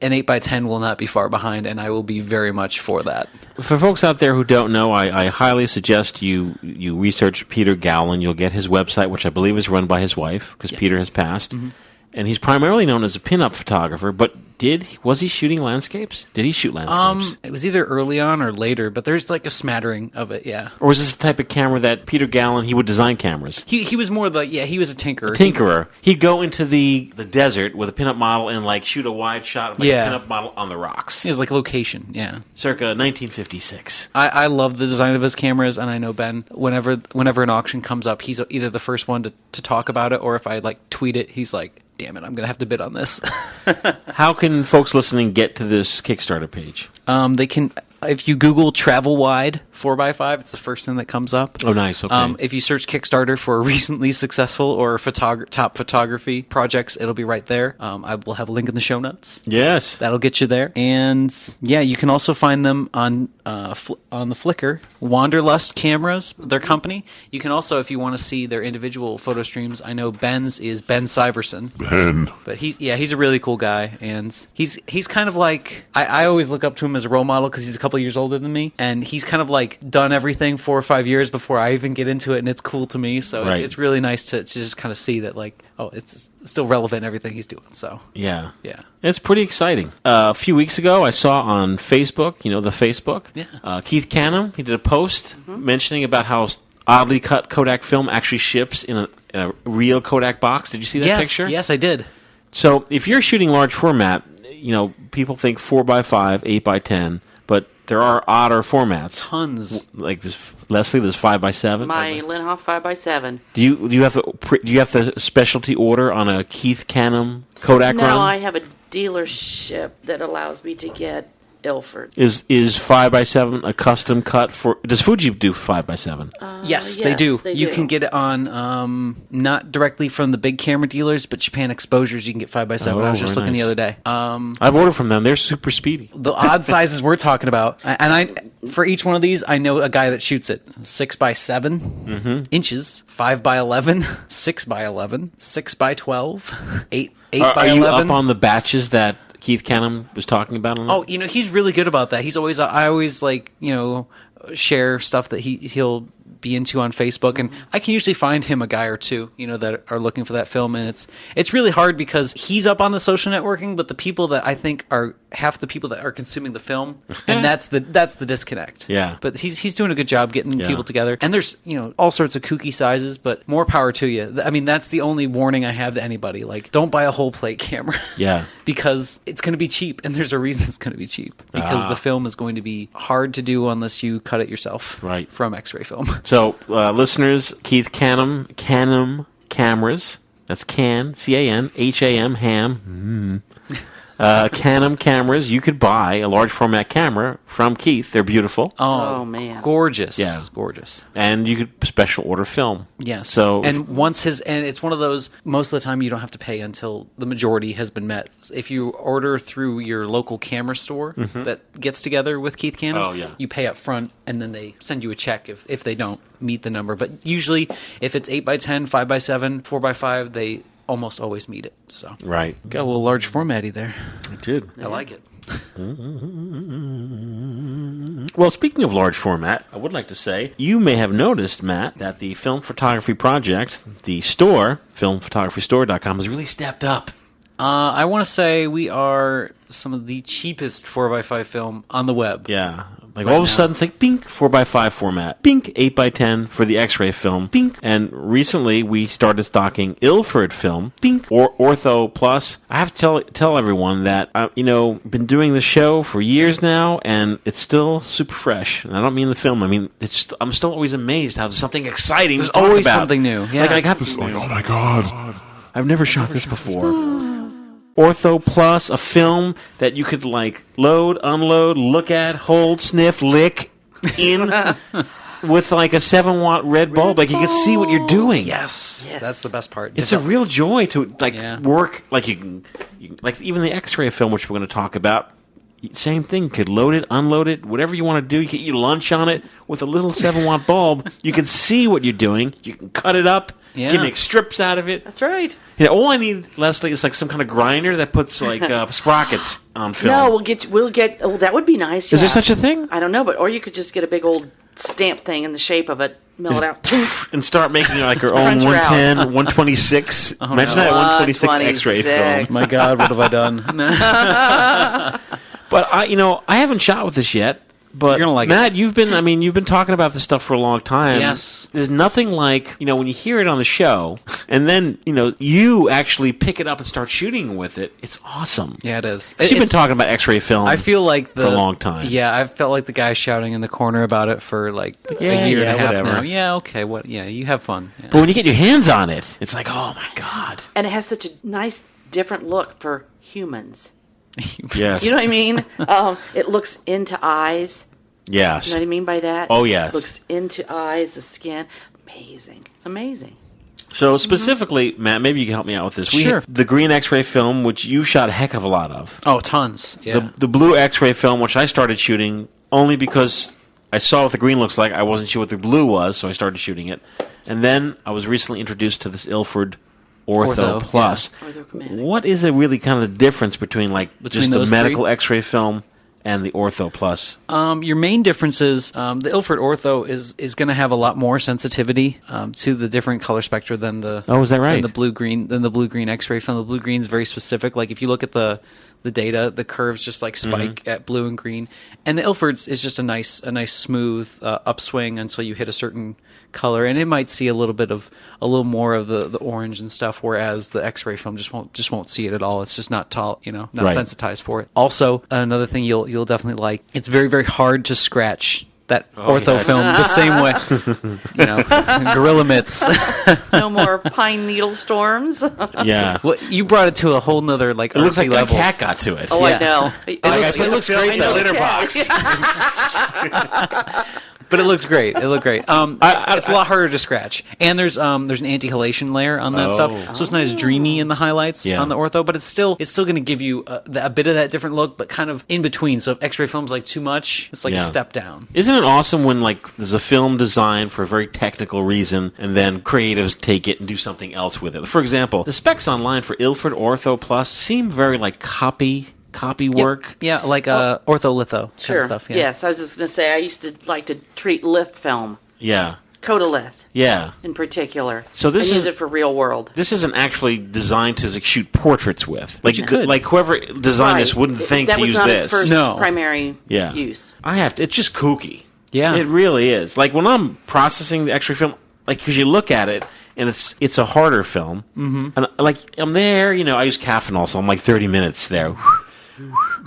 Speaker 3: an eight x ten will not be far behind, and I will be very much for that.
Speaker 2: for folks out there who don't know, I, I highly suggest you you research Peter Gowland. You'll get his website, which I believe is run by his wife, because Peter has passed,
Speaker 3: Mm-hmm.
Speaker 2: and he's primarily known as a pinup photographer. But did was he shooting landscapes? Did he shoot
Speaker 3: Um,
Speaker 2: landscapes?
Speaker 3: it was either early on or later, but there's like a smattering of it. Yeah,
Speaker 2: or was this the type of camera that Peter Gallon he would design cameras?
Speaker 3: he he was more the yeah he was a tinkerer.
Speaker 2: Tinkerer. He'd go into the, the desert with a pinup model and like shoot a wide shot of like
Speaker 3: Yeah.
Speaker 2: a pinup model on the rocks.
Speaker 3: He was like location. Yeah.
Speaker 2: Circa 1956.
Speaker 3: I, I love the design of his cameras, and I know Ben. Whenever whenever an auction comes up, he's either the first one to, to talk about it, or if I like tweet it, he's like, "Damn it, I'm gonna have to bid on this."
Speaker 2: How can folks listening get to this Kickstarter page?
Speaker 3: um, they can if you Google travel wide four x five, it's the first thing that comes up.
Speaker 2: Oh, nice. Okay.
Speaker 3: Um, if you search Kickstarter for recently successful or photog- top photography projects, it'll be right there. Um, I will have a link in the show notes.
Speaker 2: yes.
Speaker 3: That'll get you there. And yeah, you can also find them on uh, fl- on the Flickr. Wanderlust Cameras, their company. You can also, if you want to see their individual photo streams, I know Ben's is Ben Syverson,
Speaker 6: Ben,
Speaker 3: but he yeah he's a really cool guy, and he's he's kind of like I, I always look up to him as a role model because he's a couple years older than me, and he's kind of like like done everything four or five years before I even get into it, and it's cool to me. So
Speaker 2: Right.
Speaker 3: it's, it's really nice to, to just kind of see that like oh, it's still relevant everything he's doing. So
Speaker 2: Yeah.
Speaker 3: Yeah.
Speaker 2: It's pretty exciting. Uh, a few weeks ago, I saw on Facebook, you know, the Facebook,
Speaker 3: Yeah. Mm-hmm.
Speaker 2: uh, Keith Canham, he did a post mentioning about how oddly cut Kodak film actually ships in a, in a real Kodak box. Did you see that
Speaker 3: yes,
Speaker 2: picture?
Speaker 3: yes, I did.
Speaker 2: So if you're shooting large format, you know, people think 4x5, 8x10, but there are odder formats.
Speaker 3: Tons.
Speaker 2: Like this, Leslie, there's 5x7.
Speaker 4: My Linhof five x seven.
Speaker 2: Do you do you have to pre- do you have to specialty order on a Keith Canham Kodak
Speaker 4: No,
Speaker 2: run?
Speaker 4: I have a dealership that allows me to get Ilford.
Speaker 2: Is is five by seven a custom cut for? Does Fuji do five by seven?
Speaker 3: yes,
Speaker 4: Uh, yes,
Speaker 3: they do.
Speaker 4: they
Speaker 3: you
Speaker 4: do.
Speaker 3: can get it on um, not directly from the big camera dealers, but Japan Exposures. You can get five by seven.
Speaker 2: Oh,
Speaker 3: I was just
Speaker 2: very
Speaker 3: looking the
Speaker 2: nice.
Speaker 3: other day. Um,
Speaker 2: I've ordered from them. They're super speedy.
Speaker 3: the odd sizes we're talking about, and I for each one of these, I know a guy that shoots it six by 7
Speaker 2: Mm-hmm.
Speaker 3: inches, five by 11, six by 11, six by 12, eight, eight
Speaker 2: Are,
Speaker 3: by
Speaker 2: are you
Speaker 3: 11.
Speaker 2: up on the batches that Keith Canham was talking about? On
Speaker 3: oh, you know, he's really good about that. He's always, I always like, you know, share stuff that he, he'll be into on Facebook and I can usually find him a guy or two, you know, that are looking for that film and it's it's really hard because he's up on the social networking, but the people that I think are half the people that are consuming the film and that's the that's the disconnect.
Speaker 2: Yeah.
Speaker 3: But he's he's doing a good job getting
Speaker 2: Yeah.
Speaker 3: people together. And there's, you know, all sorts of kooky sizes, but more power to you. Th- I mean, that's the only warning I have to anybody. Like, don't buy a whole plate camera.
Speaker 2: Yeah.
Speaker 3: because it's going to be cheap and there's a reason it's going to be cheap because
Speaker 2: Ah.
Speaker 3: the film is going to be hard to do unless you cut it yourself
Speaker 2: Right.
Speaker 3: from x-ray film
Speaker 2: so uh, listeners, Keith Canham, Canham Cameras. That's Can C A N H A M Ham.
Speaker 3: Mm-hmm.
Speaker 2: Mm. Uh, Canham cameras. You could buy a large format camera from Keith. They're beautiful,
Speaker 3: oh,
Speaker 4: Oh, man.
Speaker 3: gorgeous
Speaker 2: Yeah.
Speaker 3: gorgeous
Speaker 2: and you could special order film.
Speaker 3: yes
Speaker 2: So
Speaker 3: and once his and it's one of those most of the time you don't have to pay until the majority has been met if you order through your local camera store that gets together with keith cannon
Speaker 2: Mm-hmm. Oh, yeah.
Speaker 3: you pay up front and then they send you a check if, if they don't meet the number but usually if it's 8 by 10 5 by 7 4 by 5 they almost always meet it so
Speaker 2: right,
Speaker 3: Got a little large formatty there.
Speaker 2: dude.
Speaker 3: I like it.
Speaker 2: Well, speaking of large format, I would like to say you may have noticed, Matt, that the Film Photography Project, the store, filmphotographystore.com, has really stepped up.
Speaker 3: Uh, I want to say we are some of the cheapest 4x5 film on the web.
Speaker 2: Yeah. Like all of
Speaker 3: now.
Speaker 2: a sudden, it's like bink, 4x5 format, bink, 8x10 for the x ray film, bink. And recently, we started stocking Ilford film, bink, or Ortho Plus. I have to tell, tell everyone that, I, you know, been doing the show for years now, and it's still super fresh. And I don't mean the film, I mean, it's, I'm still always amazed how there's something exciting. There's
Speaker 3: always something new, yeah.
Speaker 2: Like, I got,
Speaker 6: It's like, oh my god.
Speaker 2: I've never shot this before. Ortho Plus, a film that you could like load, unload, look at, hold, sniff, lick in with like a seven watt red bulb. Like you can see what you're doing.
Speaker 3: Yes.
Speaker 4: Yes.
Speaker 3: That's the best part.
Speaker 2: It's a real joy to like
Speaker 3: Yeah.
Speaker 2: work like you can, you can like even the X-ray film which we're going to talk about. Same thing. You could load it, unload it, whatever you want to do. You can eat your lunch on it with a little seven watt bulb. You can see what you're doing. You can cut it up. You
Speaker 3: Yeah.
Speaker 2: can make strips out of it.
Speaker 4: That's right.
Speaker 2: Yeah, all I need, Leslie, is like some kind of grinder that puts like uh, sprockets on film.
Speaker 4: No, we'll get we'll get. Oh, that would be nice.
Speaker 2: is there such a thing?
Speaker 4: I don't know, but or you could just get a big old stamp thing in the shape of it, mill it out.
Speaker 2: And start making like your own
Speaker 4: Crunch her out. Oh,
Speaker 2: 110, 126. Imagine that 126 X-ray film.
Speaker 4: 126.
Speaker 3: My God, what have I done?
Speaker 2: But I, you know, I haven't shot with this yet. But
Speaker 3: You're gonna like
Speaker 2: Matt, you've been, I mean, you've been talking about this stuff for a long time.
Speaker 3: Yes.
Speaker 2: There's nothing like, you know, when you hear it on the show and then, you know, you actually pick it up and start shooting with it. It's awesome.
Speaker 3: yeah, it is.
Speaker 2: You've been
Speaker 3: It's-
Speaker 2: talking about X-ray film.
Speaker 3: I feel like the
Speaker 2: for a long time.
Speaker 3: Yeah, I felt like the guy shouting in the corner about it for like
Speaker 2: Yeah,
Speaker 3: a year
Speaker 2: yeah,
Speaker 3: and a half
Speaker 2: whatever.
Speaker 3: now. Yeah, okay, what? Yeah, you have fun. Yeah.
Speaker 2: But when you get your hands on it, it's like, oh my god.
Speaker 4: and it has such a nice, different look for humans.
Speaker 2: Yes.
Speaker 4: You know what I mean? um, it looks into eyes.
Speaker 2: Yes.
Speaker 4: You know what I mean by that?
Speaker 2: Oh, yes.
Speaker 4: Looks into eyes, the skin. Amazing. It's amazing.
Speaker 2: So specifically, Matt, maybe you can help me out with this.
Speaker 3: Sure.
Speaker 2: The green X-ray film, which you shot a heck of a lot of.
Speaker 3: Oh, tons. Yeah.
Speaker 2: The, the blue X-ray film, which I started shooting only because I saw what the green looks like. I wasn't sure what the blue was, so I started shooting it. And then I was recently introduced to this Ilford Ortho,
Speaker 3: Ortho,
Speaker 2: Plus.
Speaker 4: yeah. Orthochromatic.
Speaker 2: What is the really kind of difference between like just the
Speaker 3: those
Speaker 2: medical
Speaker 3: three?
Speaker 2: X-ray film and the Ortho Plus.
Speaker 3: Um, your main difference is um, the Ilford Ortho is is going to have a lot more sensitivity um, to the different color spectra than the
Speaker 2: Oh, is that right?
Speaker 3: than the blue green than the blue green X ray film. The blue green is very specific. Like if you look at the the data, the curves just like spike at blue and green, and the Ilford's is just a nice a nice smooth uh, upswing until you hit a certain color, and it might see a little bit of a little more of the, the orange and stuff, whereas the X ray film just won't just won't see it at all. It's just not tall, you know, not
Speaker 2: Right.
Speaker 3: sensitive sensitized for it. Also, another thing you'll you'll definitely like. It's very very hard to scratch that ortho
Speaker 2: Oh, yes.
Speaker 3: film the same way. you know, gorilla mitts.
Speaker 4: No more pine needle storms. oh,
Speaker 2: Yeah.
Speaker 3: Well, you brought it to a whole nother like
Speaker 2: it looks like
Speaker 3: level. Oh,
Speaker 2: a cat got to it.
Speaker 4: I
Speaker 3: Yeah.
Speaker 4: know.
Speaker 3: It looks, it looks great though.
Speaker 2: litter box.
Speaker 3: but it looks great. It looked great. Um, it's a lot harder to scratch, and there's um, there's an anti-halation layer on that
Speaker 2: Oh.
Speaker 3: stuff, so it's not as dreamy in the highlights
Speaker 2: Yeah.
Speaker 3: on the ortho, but it's still it's still going to give you a, the- a bit of that different look, but kind of in between. So if X-ray film's like too much, it's like
Speaker 2: Yeah.
Speaker 3: a step down.
Speaker 2: Isn't it awesome when like there's a film designed for a very technical reason, and then creatives take it and do something else with it? For example, the specs online for Ilford Ortho Plus seem very like copy copy work.
Speaker 3: Yeah, like uh, ortholitho kind
Speaker 4: Sure.
Speaker 3: of stuff. Yeah.
Speaker 4: Yes, I was just going to say I used to like to treat lith film,
Speaker 2: Yeah,
Speaker 4: Cotalith
Speaker 2: yeah.
Speaker 4: in particular.
Speaker 2: So this
Speaker 4: and
Speaker 2: is-
Speaker 4: use it for real world.
Speaker 2: This isn't actually designed to like, shoot portraits with. Like,
Speaker 3: you could.
Speaker 2: like whoever designed this
Speaker 4: Right.
Speaker 2: wouldn't think
Speaker 4: that
Speaker 2: to
Speaker 4: was
Speaker 2: use
Speaker 4: not
Speaker 2: this.
Speaker 4: Its first
Speaker 3: No.
Speaker 4: primary
Speaker 2: yeah.
Speaker 4: use.
Speaker 2: I have to. It's just kooky.
Speaker 3: Yeah.
Speaker 2: It really is. Like when I'm processing the X-ray film, like because you look at it and it's it's a harder film, mm-hmm. and like I'm there, you know, I use caffeinol, so I'm like 30 minutes there.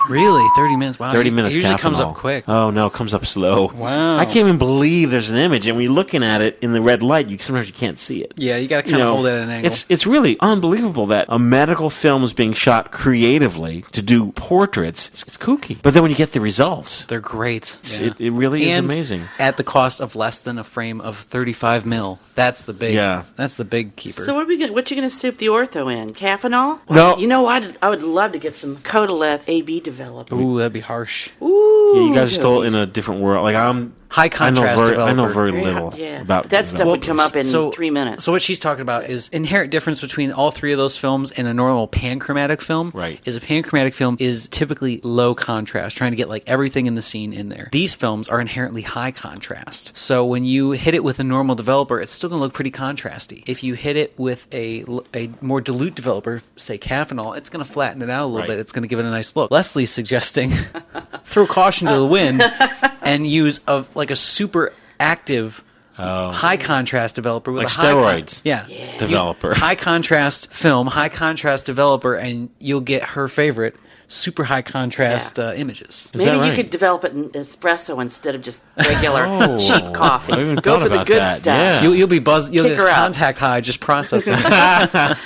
Speaker 3: Really, thirty minutes. Wow,
Speaker 2: 30
Speaker 3: it-
Speaker 2: minutes.
Speaker 3: It usually comes
Speaker 2: Cafenol.
Speaker 3: up quick.
Speaker 2: Oh no, it comes up slow.
Speaker 3: Wow.
Speaker 2: I can't even believe there's an image, and when you're looking at it in the red light, you sometimes you can't see it.
Speaker 3: yeah, you got to
Speaker 2: You
Speaker 3: kind of
Speaker 2: know,
Speaker 3: hold it at an angle.
Speaker 2: It's it's really unbelievable that a medical film is being shot creatively to do portraits. It's, it's kooky, but then when you get the results,
Speaker 3: They're great. Yeah.
Speaker 2: it, it really is
Speaker 3: And
Speaker 2: amazing.
Speaker 3: At the cost of less than a frame of thirty-five mil. That's the big.
Speaker 2: Yeah.
Speaker 3: That's the big keeper.
Speaker 4: So what are we gonna, what you going to soup the ortho in? Cafenol?
Speaker 2: No.
Speaker 4: You know what? I would love to get some Cotalith AB developed.
Speaker 3: Ooh, that'd be harsh.
Speaker 4: Ooh,
Speaker 2: Yeah, you guys are still in a different world. Like I'm
Speaker 3: High
Speaker 2: I know
Speaker 3: contrast
Speaker 2: very, I know
Speaker 3: developer.
Speaker 2: very
Speaker 4: Yeah,
Speaker 2: little
Speaker 4: yeah.
Speaker 2: about
Speaker 4: that stuff would
Speaker 2: developers.
Speaker 4: come up in three minutes.
Speaker 3: So what she's talking about is inherent difference between all three of those films and a normal panchromatic film.
Speaker 2: Right.
Speaker 3: Is a panchromatic film is typically low contrast, trying to get like everything in the scene in there. These films are inherently high contrast. So when you hit it with a normal developer, it's still going to look pretty contrasty. If you hit it with a l- a more dilute developer, say Cafenol, it's going to flatten it out a little
Speaker 2: Right.
Speaker 3: bit. It's going to give it a nice look. Leslie's suggesting throw caution
Speaker 4: Uh.
Speaker 3: to the wind and use a like a super active high contrast developer with
Speaker 2: Oh. Like
Speaker 3: a high con-
Speaker 2: steroids.
Speaker 3: yeah.
Speaker 2: Developer.
Speaker 3: Use high contrast film, high contrast developer, and you'll get her favorite super high contrast
Speaker 4: Yeah.
Speaker 3: uh,
Speaker 2: Is
Speaker 3: images.
Speaker 2: that
Speaker 4: Maybe
Speaker 2: right?
Speaker 4: you could develop it in espresso instead of just regular cheap coffee.
Speaker 2: Oh, I even
Speaker 4: Go
Speaker 2: thought
Speaker 4: for the
Speaker 2: about
Speaker 4: good
Speaker 2: that,
Speaker 4: stuff.
Speaker 2: yeah.
Speaker 3: You'll, you'll be buzz. You'll
Speaker 4: Kick
Speaker 3: get
Speaker 4: her out.
Speaker 3: contact high just processing.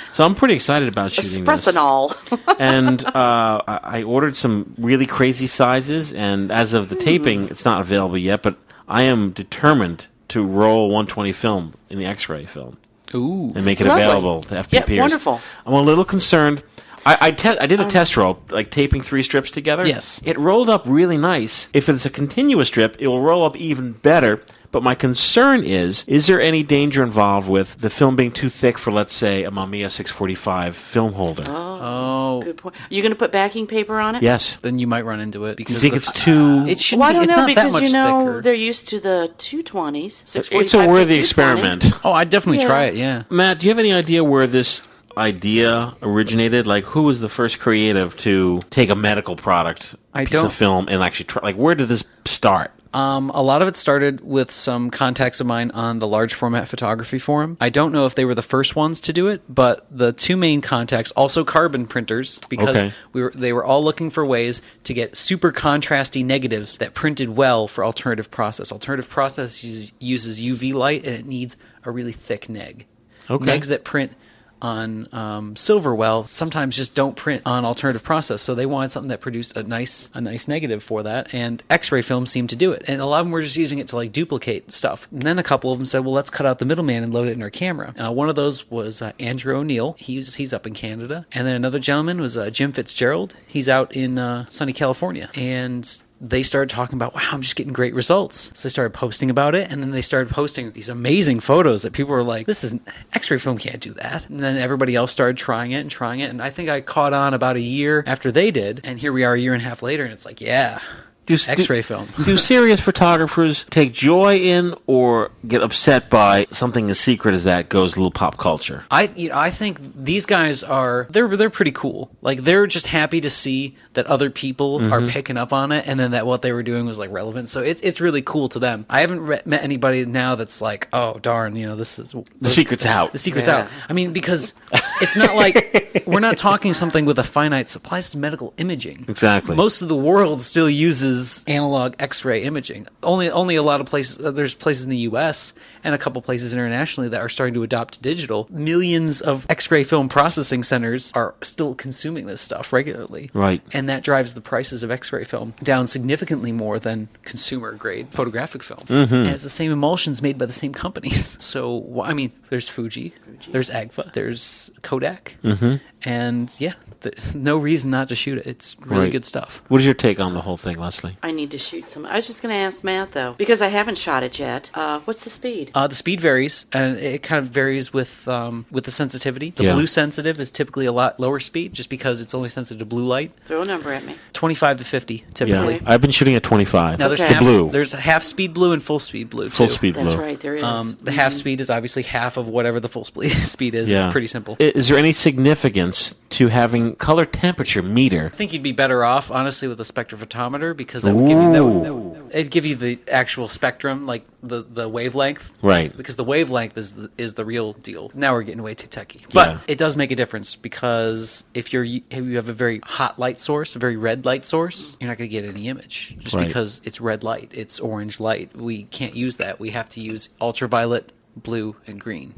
Speaker 2: So I'm pretty excited about shooting this.
Speaker 4: Espressanol.
Speaker 2: and uh, I I ordered some really crazy sizes, and as of the
Speaker 4: Hmm.
Speaker 2: taping, it's not available yet. But I am determined to roll 120 film in the X-ray film
Speaker 3: Oow.
Speaker 2: and make it
Speaker 4: Lovely.
Speaker 2: available to
Speaker 4: Yep,
Speaker 2: FPPers.
Speaker 4: wonderful.
Speaker 2: I'm a little concerned. I I, te- I did a test roll, like taping three strips together.
Speaker 3: Yes.
Speaker 2: it rolled up really nice. If it's a continuous strip, it will roll up even better. But my concern is: is there any danger involved with the film being too thick for, let's say, a Mamiya 645 film holder?
Speaker 3: Oh,
Speaker 4: Good point. You're going to put backing paper on it?
Speaker 2: Yes.
Speaker 3: then you might run into it because
Speaker 2: You think
Speaker 3: the-
Speaker 2: it's too?
Speaker 3: It should.
Speaker 4: Well, I
Speaker 3: be,
Speaker 4: don't
Speaker 3: it's
Speaker 4: know
Speaker 3: not that
Speaker 4: because
Speaker 3: much
Speaker 4: you know
Speaker 3: thicker.
Speaker 4: they're used to the 220s. 645
Speaker 2: it's a worthy
Speaker 4: 220.
Speaker 2: experiment.
Speaker 3: Oh, I'd definitely
Speaker 4: Yeah.
Speaker 3: try it. Yeah.
Speaker 2: Matt, do you have any idea where this idea originated? Like, who was the first creative to take a medical product,
Speaker 3: I
Speaker 2: piece
Speaker 3: don't-
Speaker 2: of film, and actually try? Like, where did this start?
Speaker 3: Um, a lot of it started with some contacts of mine on the large format photography forum. I don't know if they were the first ones to do it, but the two main contacts, also carbon printers, because
Speaker 2: Okay.
Speaker 3: we were, they were all looking for ways to get super contrasty negatives that printed well for alternative process. Alternative process uses, uses UV light and it needs a really thick neg.
Speaker 2: Okay.
Speaker 3: Negs that print on um, silver well sometimes just don't print on alternative process so they wanted something that produced a nice a nice negative for that and x-ray film seemed to do it and a lot of them were just using it to like duplicate stuff and then a couple of them said well let's cut out the middleman and load it in our camera uh, one of those was uh, andrew o'neill he's he's up in canada and then another gentleman was uh, jim fitzgerald he's out in uh, sunny california and they started talking about, wow, I'm just getting great results. So they started posting about it, and then they started posting these amazing photos that people were like, this is X-ray film can't do that. And then everybody else started trying it and trying it, and I think I caught on about a year after they did, and here we are a year and a half later, and it's like, yeah,
Speaker 2: Do s- do-
Speaker 3: X-ray film.
Speaker 2: do serious photographers take joy in or get upset by something as secret as that goes a little pop culture?
Speaker 3: I you know, I think these guys are they're they're pretty cool. Like they're just happy to see that other people
Speaker 2: Mm-hmm.
Speaker 3: are picking up on it, and then that what they were doing was like relevant. So it's it's really cool to them. I haven't re- met anybody now that's like, oh darn, you know, this is
Speaker 2: The secret's out.
Speaker 3: the secret's
Speaker 4: Yeah.
Speaker 3: out. I mean, because it's not like we're not talking something with a finite supply. This is medical imaging.
Speaker 2: Exactly.
Speaker 3: Most of the world still uses analog X-ray imaging. Only, only a lot of places. uh, There's places in the U.S. and a couple places internationally that are starting to adopt digital. Millions of X-ray film processing centers are still consuming this stuff regularly.
Speaker 2: Right.
Speaker 3: And that drives the prices of X-ray film down significantly more than consumer-grade photographic film.
Speaker 2: Mm-hmm.
Speaker 3: And it's the same emulsions made by the same companies. So wh- I mean, there's Fuji, there's Agfa, there's Kodak,
Speaker 2: Mm-hmm.
Speaker 3: and yeah, th- no reason not to shoot it. It's really
Speaker 2: Right.
Speaker 3: good stuff.
Speaker 2: What is your take on the whole thing, Leslie?
Speaker 4: I need to shoot some. I was just going to ask Matt though, because I haven't shot it yet. Uh, what's the speed?
Speaker 3: Uh, the speed varies, and it kind of varies with um, with the sensitivity. The
Speaker 2: Yeah.
Speaker 3: blue sensitive is typically a lot lower speed, just because it's only sensitive to blue light.
Speaker 4: Throw a number at me.
Speaker 3: Twenty five to fifty
Speaker 2: Yeah,
Speaker 3: typically.
Speaker 2: I've been shooting at 25.
Speaker 3: Now there's
Speaker 4: Okay.
Speaker 3: half,
Speaker 2: the blue,
Speaker 3: there's half speed blue and full speed blue.
Speaker 2: full
Speaker 3: too.
Speaker 2: speed blue.
Speaker 4: That's right. There is.
Speaker 3: Um, the half speed is obviously half of whatever the full speed speed is. It's pretty simple.
Speaker 2: I- Is there any significance to having color temperature meter?
Speaker 3: I think you'd be better off, honestly, with a spectrophotometer because that would give you that would, that would, it'd give you the actual spectrum, like the, the wavelength,
Speaker 2: Right.
Speaker 3: Because the wavelength is the, is the real deal. Now we're getting way too techy, but
Speaker 2: Yeah.
Speaker 3: it does make a difference because if you're if you have a very hot light source, a very red light source, you're not going to get any image just
Speaker 2: Right.
Speaker 3: because it's red light, it's orange light. We can't use that. We have to use ultraviolet, blue, and green.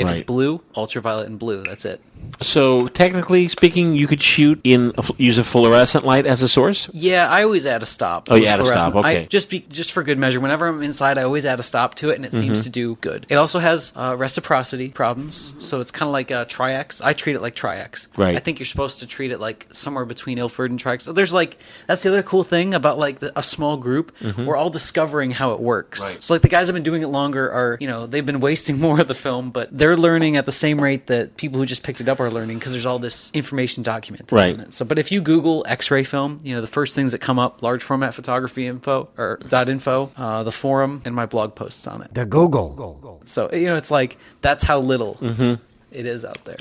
Speaker 3: If it's
Speaker 2: Right.
Speaker 3: blue, ultraviolet and blue, that's it.
Speaker 2: So technically speaking, you could shoot in a, fl- use a fluorescent light as a source. Uh,
Speaker 3: Yeah, I always add a stop.
Speaker 2: Oh, you
Speaker 3: with
Speaker 2: add a
Speaker 3: fluorescent.
Speaker 2: stop, okay.
Speaker 3: I, just be, just for good measure, whenever I'm inside, I always add a stop to it,
Speaker 2: Mm-hmm.
Speaker 3: and it seems to do good. It also has uh, reciprocity problems, so it's kind of like uh, Tri-X. I treat it like Tri-X.
Speaker 2: Right.
Speaker 3: I think you're supposed to treat it like somewhere between Ilford and Tri-X. There's like that's the other cool thing about like the, a small group.
Speaker 2: Mm-hmm.
Speaker 3: We're all discovering how it works. So like the guys have been doing it longer are you know they've been wasting more of the film, but they're learning at the same rate that people who just picked it up are learning because there's all this information documented.
Speaker 2: Right.
Speaker 3: in it. So, but if you Google X-ray film, you know the first things that come up: large format photography info or dot info, uh, the forum, and my blog posts on it.
Speaker 7: The Google.
Speaker 3: So you know it's like that's how little
Speaker 2: Mm-hmm.
Speaker 3: it is out there.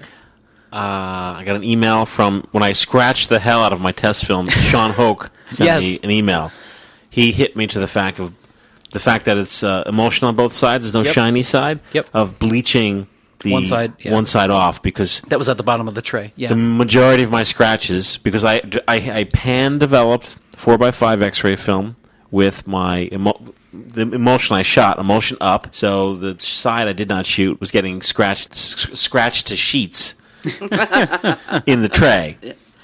Speaker 2: Uh, I got an email from when I scratched the hell out of my test film. Sean Hoke sent
Speaker 3: Yes.
Speaker 2: me an email. He hit me to the fact of the fact that it's uh, emotional on both sides. There's no
Speaker 3: Yep.
Speaker 2: shiny side
Speaker 3: Yep.
Speaker 2: of bleaching the
Speaker 3: One side, yeah.
Speaker 2: one side off because
Speaker 3: That was at the bottom of the tray. Yeah.
Speaker 2: the majority of my scratches because I, I, I pan developed 4x5 x ray film with my emo- the emulsion I shot, emulsion up. So the side I did not shoot was getting scratched, sc- scratched to sheets in the tray.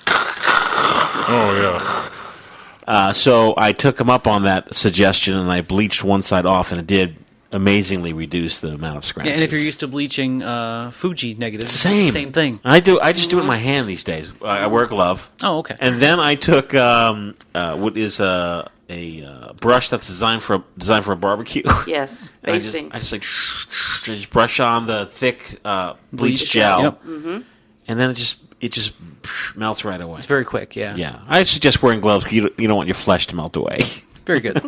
Speaker 6: Oh yeah.
Speaker 2: Uh, so I took him up on that suggestion and I bleached one side off, and it did amazingly reduce the amount of scratches.
Speaker 3: and if you're used to bleaching uh, Fuji negatives, it's
Speaker 2: same
Speaker 3: the same thing.
Speaker 2: I do. I just do it in my hand these days. I I wear a glove.
Speaker 3: Oh, okay.
Speaker 2: And then I took um, uh, what is a a uh, brush that's designed for a, designed for a barbecue.
Speaker 4: yes.
Speaker 2: And I just
Speaker 4: Basting.
Speaker 2: I just like just brush on the thick uh, bleach,
Speaker 3: Bleach.
Speaker 2: gel, Mm-hmm.
Speaker 3: Yep.
Speaker 2: and then it just it just melts right away.
Speaker 3: It's very quick. Yeah.
Speaker 2: yeah, I suggest wearing gloves because you don't, you don't want your flesh to melt away.
Speaker 3: Very good.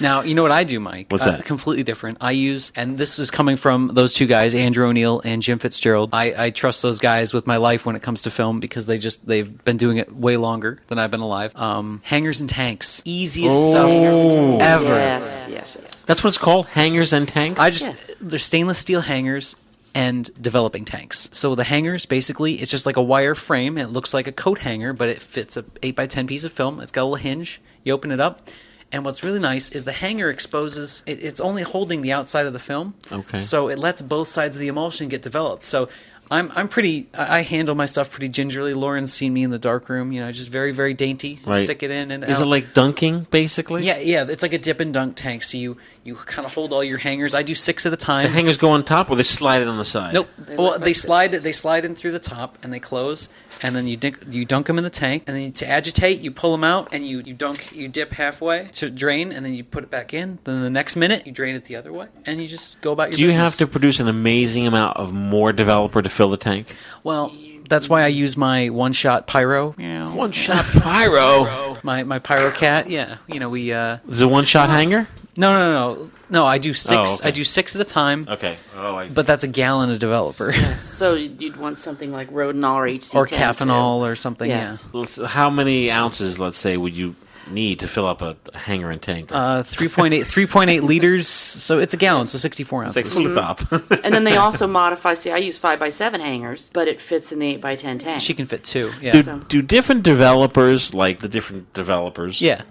Speaker 3: now, you know what I do, Mike? Uh,
Speaker 2: What's that?
Speaker 3: Completely different. I use, and this is coming from those two guys, Andrew O'Neill and Jim Fitzgerald. I, I trust those guys with my life when it comes to film because they just, they've been doing it way longer than I've been alive. Um, hangers and tanks. Easiest
Speaker 2: Oh.
Speaker 3: stuff ever.
Speaker 4: yes. Yes. Yes.
Speaker 2: That's what it's called, hangers and tanks.
Speaker 3: I just
Speaker 4: Yes.
Speaker 3: they're stainless steel hangers and developing tanks. So the hangers basically it's just like a wire frame. It looks like a coat hanger, but it fits a eight by ten piece of film. It's got a little hinge. You open it up. And what's really nice is the hanger exposes. It, it's only holding the outside of the film,
Speaker 2: Okay.
Speaker 3: So it lets both sides of the emulsion get developed. So I'm I'm pretty. I I handle my stuff pretty gingerly. Lauren's seen me in the dark room. You know, just very very dainty.
Speaker 2: Right.
Speaker 3: Stick it in and
Speaker 2: is
Speaker 3: out.
Speaker 2: it like dunking basically?
Speaker 3: Yeah, yeah, it's like a dip and dunk tank. So you you kind of hold all your hangers. I do six at a time.
Speaker 2: The hangers go on top, or they slide it on the side.
Speaker 3: nope.
Speaker 4: look
Speaker 3: well,
Speaker 4: like
Speaker 3: they slide
Speaker 4: this.
Speaker 3: they slide in through the top and they close, and then you dink, you dunk them in the tank, and then you, to agitate, you pull them out, and you, you dunk you dip halfway to drain, and then you put it back in. Then the next minute, you drain it the other way, and you just go about your.
Speaker 2: Do you
Speaker 3: business.
Speaker 2: have to produce an amazing amount of more developer to fill the tank?
Speaker 3: Well, that's why I use my one shot pyro.
Speaker 2: One shot pyro.
Speaker 3: My my pyro cat. Yeah, you know we. Uh,
Speaker 2: Is it one shot hanger?
Speaker 3: no no no no no. I do six.
Speaker 2: Oh, okay.
Speaker 3: I do six at a time.
Speaker 2: Okay. Oh, I.
Speaker 3: But that's a gallon of developer
Speaker 4: So you'd want something like Rodinol or HC10
Speaker 3: or
Speaker 4: too.
Speaker 3: Cafenol or something.
Speaker 4: Yes.
Speaker 3: Yeah.
Speaker 2: Let's- how many ounces, let's say, would you need to fill up a hanger and tank?
Speaker 3: Uh, 3.8, 3.8 liters, so it's a gallon, so 64 ounces.
Speaker 2: Like flip up.
Speaker 3: Mm-hmm.
Speaker 4: And then they also modify. See, I use five by seven hangers, but it fits in the eight by ten tank.
Speaker 3: She can fit two. Yeah.
Speaker 2: do,
Speaker 4: So-
Speaker 2: do different developers like the different developers?
Speaker 3: Yeah.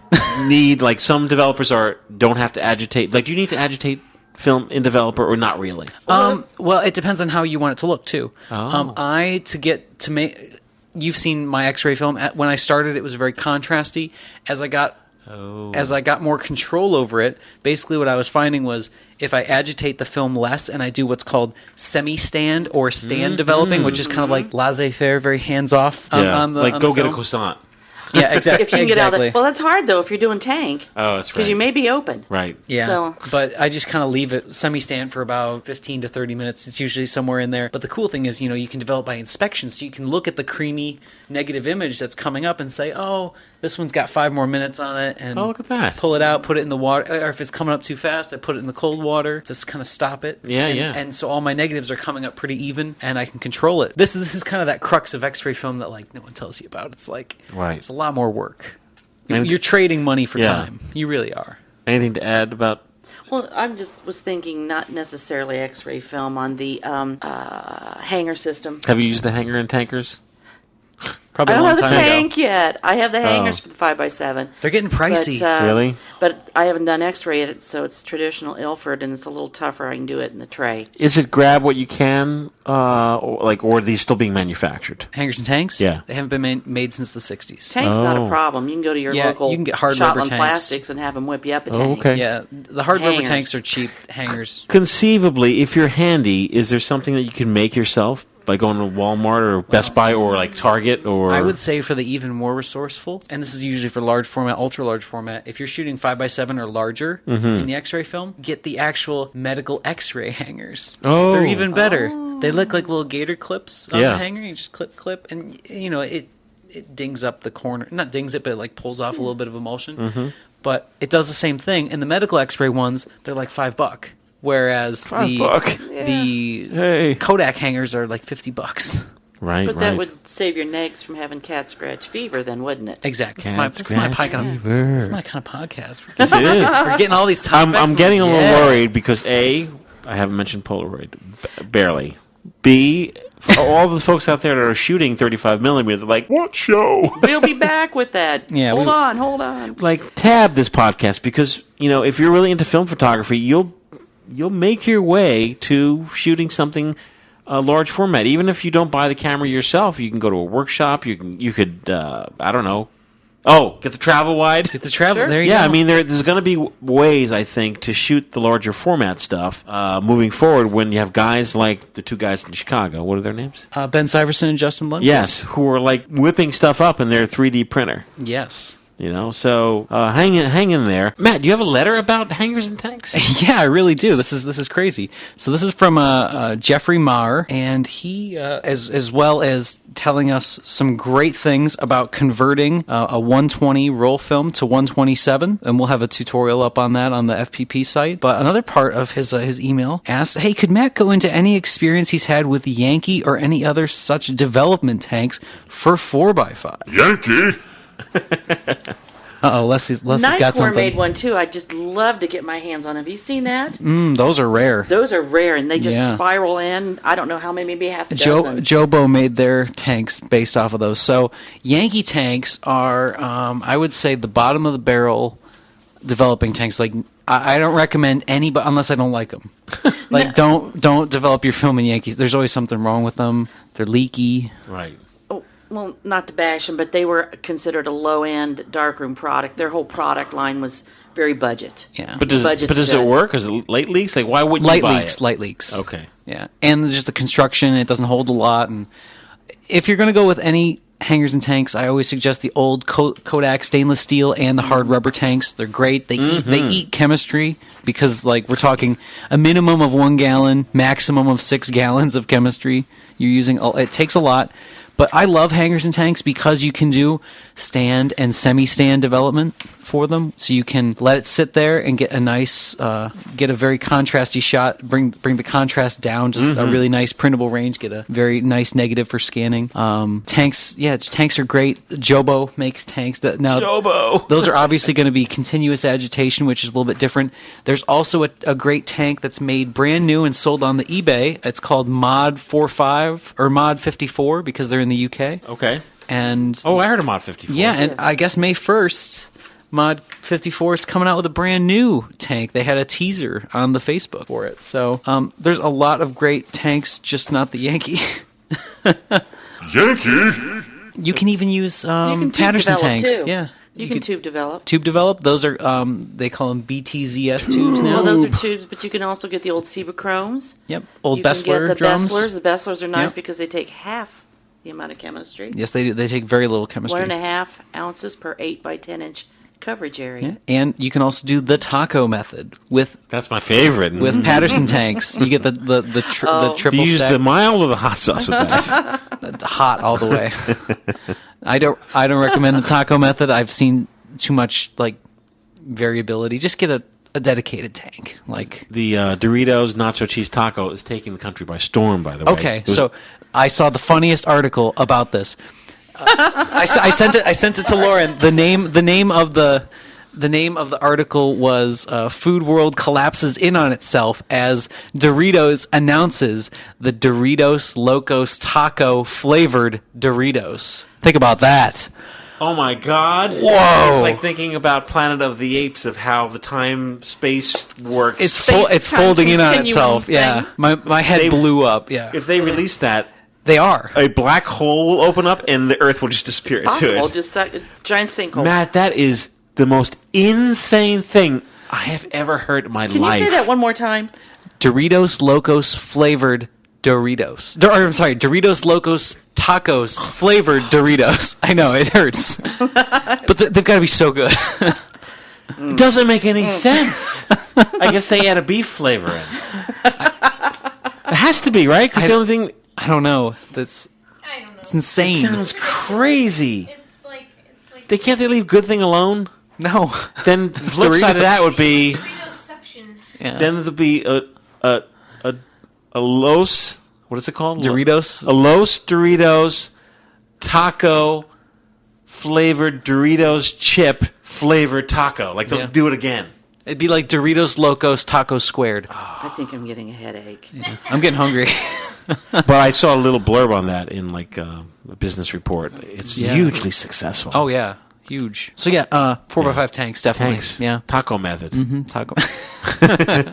Speaker 2: need like some developers are don't have to agitate. Like, do you need to agitate film in developer or not really?
Speaker 3: um, well, it depends on how you want it to look too. Um, I to get to make. You've seen my X-ray film. At- When I started, it was very contrasty. As I got, as I got more control over it, basically what I was finding was if I agitate the film less and I do what's called semi-stand or stand developing, which is kind of like laissez-faire, very hands-off on, Um, on the
Speaker 2: like
Speaker 3: on
Speaker 2: go
Speaker 3: the
Speaker 2: get a
Speaker 3: film.
Speaker 2: croissant.
Speaker 3: Yeah, exactly.
Speaker 4: if you can get out of
Speaker 3: exactly.
Speaker 4: that, well, that's hard though if you're doing tank
Speaker 2: Oh, that's
Speaker 4: because
Speaker 2: right.
Speaker 4: you may be open.
Speaker 2: right.
Speaker 3: Yeah.
Speaker 4: So-
Speaker 3: But I just kind of leave it semi stand for about 15 to 30 minutes. It's usually somewhere in there. But the cool thing is, you know, you can develop by inspection. So you can look at the creamy negative image that's coming up and say, oh, this one's got five more minutes on it. And
Speaker 2: Oh, look at that.
Speaker 3: Pull it out, put it in the water. Or if it's coming up too fast, I put it in the cold water. Just kind of stop it.
Speaker 2: Yeah,
Speaker 3: and,
Speaker 2: yeah.
Speaker 3: And so all my negatives are coming up pretty even and I can control it. This is, this is kind of that crux of x ray film that, like, no one tells you about. It's like,
Speaker 2: Right.
Speaker 3: it's a lot more work.
Speaker 2: And-
Speaker 3: You're trading money for
Speaker 2: Yeah.
Speaker 3: time. You really are.
Speaker 2: Anything to add about?
Speaker 4: Well, I just was thinking not necessarily X-ray film on the um, uh, hanger system.
Speaker 2: Have you used the hanger and tankers?
Speaker 3: Probably
Speaker 4: I
Speaker 3: a
Speaker 4: don't
Speaker 3: long
Speaker 4: have the
Speaker 3: time ago.
Speaker 4: tank yet. I have the hangers for the five by seven.
Speaker 3: They're getting pricey.
Speaker 4: But, uh,
Speaker 2: Oh. Really?
Speaker 4: But I haven't done X-ray yet, so it's traditional Ilford, and it's a little tougher. I can do it in the tray.
Speaker 2: Is it grab what you can, uh, or, like, or are these still being manufactured?
Speaker 3: Hangers and tanks?
Speaker 2: Yeah.
Speaker 3: They haven't been made, made since the 60s.
Speaker 4: Tank's not
Speaker 2: Oh.
Speaker 4: a problem. You can go to your
Speaker 3: Yeah,
Speaker 4: local
Speaker 3: you can get hard
Speaker 4: shop
Speaker 3: rubber
Speaker 4: on
Speaker 3: tanks.
Speaker 4: plastics and have them whip you up a tank.
Speaker 2: Oh, okay.
Speaker 3: Yeah. The hard rubber
Speaker 4: Hangers.
Speaker 3: tanks are cheap hangers.
Speaker 2: Conceivably, if you're handy, is there something that you can make yourself by going to Walmart or Best Buy or like Target or?
Speaker 3: I would say for the even more resourceful, and this is usually for large format, ultra large format, if you're shooting 5x7 or larger
Speaker 2: Mm-hmm.
Speaker 3: in the x ray film, get the actual medical x ray hangers.
Speaker 2: Oh.
Speaker 3: They're even better. They look like little gator clips on
Speaker 2: Yeah.
Speaker 3: the hanger. You just clip, clip, and, you know, it, it dings up the corner. Not dings it, but it, like pulls off a little bit of emulsion.
Speaker 2: Mm-hmm.
Speaker 3: But it does the same thing. And the medical x ray ones, they're like five buck. Whereas the
Speaker 2: buck.
Speaker 3: the
Speaker 2: Hey.
Speaker 3: Kodak hangers are like fifty bucks.
Speaker 2: Right,
Speaker 4: But
Speaker 2: right.
Speaker 4: that would save your negs from having cat scratch fever, then, wouldn't it?
Speaker 3: Exactly. That's my,
Speaker 2: Cat
Speaker 3: that's my,
Speaker 2: scratch
Speaker 3: kind of,
Speaker 2: fever.
Speaker 3: that's my kind of podcast. We're
Speaker 2: Yes,
Speaker 3: getting,
Speaker 2: it is.
Speaker 3: we're getting all these
Speaker 2: I'm,
Speaker 3: topics.
Speaker 2: I'm getting a little
Speaker 3: Yeah.
Speaker 2: worried because a I haven't mentioned Polaroid b- barely. B for all the folks out there that are shooting 35 millimeter, they're like
Speaker 6: What show?
Speaker 4: We'll be back with that.
Speaker 3: Yeah,
Speaker 4: Hold
Speaker 3: we-
Speaker 4: on, hold on.
Speaker 2: like tab this podcast because you know if you're really into film photography, you'll you'll make your way to shooting something uh, large format. Even if you don't buy the camera yourself, you can go to a workshop. You can you could uh, I don't know. Oh, get the travel wide.
Speaker 3: The travel. There you
Speaker 2: yeah,
Speaker 3: go.
Speaker 2: I mean, there, there's going to be w- ways I think to shoot the larger format stuff uh, moving forward when you have guys like the two guys in Chicago. What are their names?
Speaker 3: uh, Ben Syverson and Justin Lundquist.
Speaker 2: Yes, who are like whipping stuff up in their 3D printer.
Speaker 3: Yes.
Speaker 2: You know, so uh, hang in, hang in there, Matt. Do you have a letter about hangers and tanks?
Speaker 3: Yeah, I really do. This is this is crazy. So this is from uh, uh, Jeffrey Maher, and he, uh, as as well as telling us some great things about converting uh, a 120 roll film to 127, and we'll have a tutorial up on that on the FPP site. But another part of his uh, his email asks, "Hey, could Matt go into any experience he's had with Yankee or any other such development tanks for four x five?
Speaker 6: Yankee.
Speaker 3: Uh oh, Leslie's Leslie's got
Speaker 4: Nightcore
Speaker 3: something.
Speaker 4: made one too. I just love to get my hands on. 'em. Have you seen that?
Speaker 3: Mm, those are rare.
Speaker 4: Those are rare, and they just
Speaker 3: Yeah.
Speaker 4: spiral in. I don't know how many, maybe half a
Speaker 3: Joe,
Speaker 4: dozen.
Speaker 3: Jobo made their tanks based off of those. So Yankee tanks are, um, I would say, the bottom of the barrel developing tanks. Like I, I don't recommend any, but unless I don't like them. like don't don't develop your film in Yankee. There's always something wrong with them. They're leaky.
Speaker 2: Right.
Speaker 4: Oh, well, not to bash them, but they were considered a low-end darkroom product. Their whole product line was very budget.
Speaker 3: Yeah,
Speaker 2: But does but
Speaker 4: budget's
Speaker 2: does it
Speaker 4: good.
Speaker 2: work? Is it light leaks? Like why wouldn't
Speaker 3: light
Speaker 2: you buy
Speaker 3: leaks,
Speaker 2: it?
Speaker 3: light leaks.
Speaker 2: Okay.
Speaker 3: Yeah, and just the construction. It doesn't hold a lot, and if you're going to go with any hangers and tanks, I always suggest the old Ko- Kodak stainless steel and the hard rubber tanks. They're great. They eat
Speaker 2: Mm-hmm.
Speaker 3: they eat chemistry because like we're talking a minimum of 1 gallon, maximum of 6 gallons of chemistry you're using. a- It takes a lot. But I love hangers and tanks because you can do stand and semi-stand development for them. So you can let it sit there and get a nice, uh, get a very contrasty shot. Bring bring the contrast down, just a really nice printable range. Get a very nice negative for scanning. Um, tanks, yeah, j- tanks are great. Jobo makes tanks that now.
Speaker 2: Jobo.
Speaker 3: those are obviously going to be continuous agitation, which is a little bit different. There's also a, a great tank that's made brand new and sold on the eBay. It's called Mod 45 or Mod 54 because they're in the UK.
Speaker 2: Okay.
Speaker 3: And
Speaker 2: Oh, I heard a mod 54.
Speaker 3: yeah, and I guess May 1st, Mod 54 is coming out with a brand new tank. They had a teaser on the Facebook for it. So um, there's a lot of great tanks, just not the Yankee.
Speaker 6: Yankee!
Speaker 3: you can even use um,
Speaker 4: You can tube
Speaker 3: Patterson
Speaker 4: develop,
Speaker 3: tanks.
Speaker 4: too.
Speaker 3: Yeah.
Speaker 4: You, can
Speaker 3: could
Speaker 4: tube develop.
Speaker 3: tube develop. Those are, um, they call them BTZS tubes now.
Speaker 4: Well, those are tubes, but you can also get the old Seba Chromes.
Speaker 3: Yep. Old
Speaker 4: you can
Speaker 3: Bessler
Speaker 4: get the
Speaker 3: drums.
Speaker 4: Besslers. The Besslers are nice
Speaker 3: Yep.
Speaker 4: because they take half the amount of chemistry.
Speaker 3: Yes, they do. They take very little chemistry.
Speaker 4: One and a half ounces per eight by ten inch coverage area.
Speaker 3: Yeah. And you can also do the taco method with
Speaker 2: That's my favorite. Mm-hmm.
Speaker 3: with Patterson tanks. You get the the the, tri-
Speaker 4: Oh.
Speaker 3: the
Speaker 2: Do
Speaker 3: triple
Speaker 2: you Mm. use
Speaker 3: stack
Speaker 2: the mild or the hot sauce with that?
Speaker 3: hot all the way. I don't I don't recommend the taco method. I've seen too much like variability. Just get a, a dedicated tank. Like
Speaker 2: the uh, Doritos nacho cheese taco is taking the country by storm, by the way.
Speaker 3: Okay,
Speaker 2: It was-
Speaker 3: so I saw the funniest article about this. Uh, I, s- I sent it. I sent it to Lauren. The name. The name of the. The name of the article was uh, "Food World Collapses In on Itself" as Doritos announces the Doritos Locos Taco flavored Doritos. Think about that.
Speaker 2: Oh my god.
Speaker 3: Whoa.
Speaker 2: It's like thinking about Planet of the Apes of how the time space works.
Speaker 3: It's fo- it's
Speaker 4: time
Speaker 3: folding in on
Speaker 4: continuum
Speaker 3: itself. Yeah,
Speaker 4: thing.
Speaker 3: my my head
Speaker 2: They-
Speaker 3: blew up. Yeah,
Speaker 2: if they release that,
Speaker 3: they are.
Speaker 2: a black hole will open up and the earth will just disappear into
Speaker 4: Possible,
Speaker 2: it.
Speaker 4: just suck, giant sinkhole.
Speaker 2: Matt, that is the most insane thing I have ever heard in my
Speaker 4: can
Speaker 2: life.
Speaker 4: you say that one more time?
Speaker 3: Doritos Locos flavored Doritos. Dor- or, I'm sorry, Doritos Locos tacos flavored Doritos. I know it hurts, but th- they've got to be so good.
Speaker 2: It doesn't make
Speaker 3: Mm.
Speaker 2: any sense. I guess they add a beef flavor in. it has to be, right? Because the
Speaker 3: I-
Speaker 2: only thing.
Speaker 3: I don't know. That's
Speaker 7: I don't know.
Speaker 3: it's insane.
Speaker 2: sounds crazy.
Speaker 7: It's like it's like
Speaker 2: They can't they leave good thing alone?
Speaker 3: No,
Speaker 2: Then the flip side of that would be
Speaker 7: Doritos suction.
Speaker 3: yeah.
Speaker 2: then there'd be a a a, a los what is it called?
Speaker 3: Doritos.
Speaker 2: A los Doritos taco flavored Doritos chip flavored taco. Like they'll
Speaker 3: Yeah.
Speaker 2: do it again.
Speaker 3: It'd be like Doritos Locos tacos squared.
Speaker 4: I think I'm getting a headache.
Speaker 3: I'm getting hungry.
Speaker 2: but I saw a little blurb on that in like uh, a business report. It's
Speaker 3: Yeah.
Speaker 2: hugely successful.
Speaker 3: Oh yeah, huge. So yeah, uh, four by five tanks definitely.
Speaker 2: Thanks.
Speaker 3: Yeah,
Speaker 2: Taco method.
Speaker 3: Mm, taco.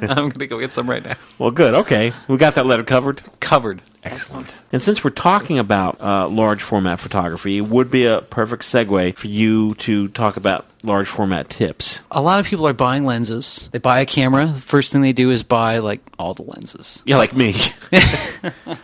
Speaker 3: I'm gonna go get some right now.
Speaker 2: Well, good. Okay. We got that letter covered.
Speaker 3: Covered.
Speaker 2: Excellent. And since we're talking about uh, large format photography, it would be a perfect segue for you to talk about large format tips.
Speaker 3: a lot of people are buying lenses. They buy a camera. The first thing they do is buy like all the lenses.
Speaker 2: Yeah, like me.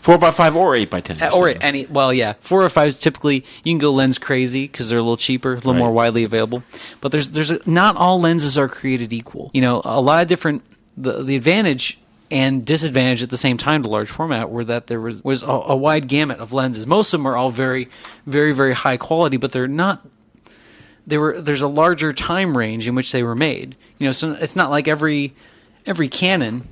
Speaker 2: Four by five or eight by ten.
Speaker 3: Uh, Or any, well, yeah, four or five is typically you can go lens crazy because they're a little cheaper, a little more
Speaker 2: Right.
Speaker 3: widely available. But there's there's a, not all lenses are created equal. You know, a lot of different the the advantage and disadvantage at the same time to large format were that there was was a, a wide gamut of lenses. Most of them are all very very very high quality, but they're not they were there's a larger time range in which they were made. You know, so it's not like every every Canon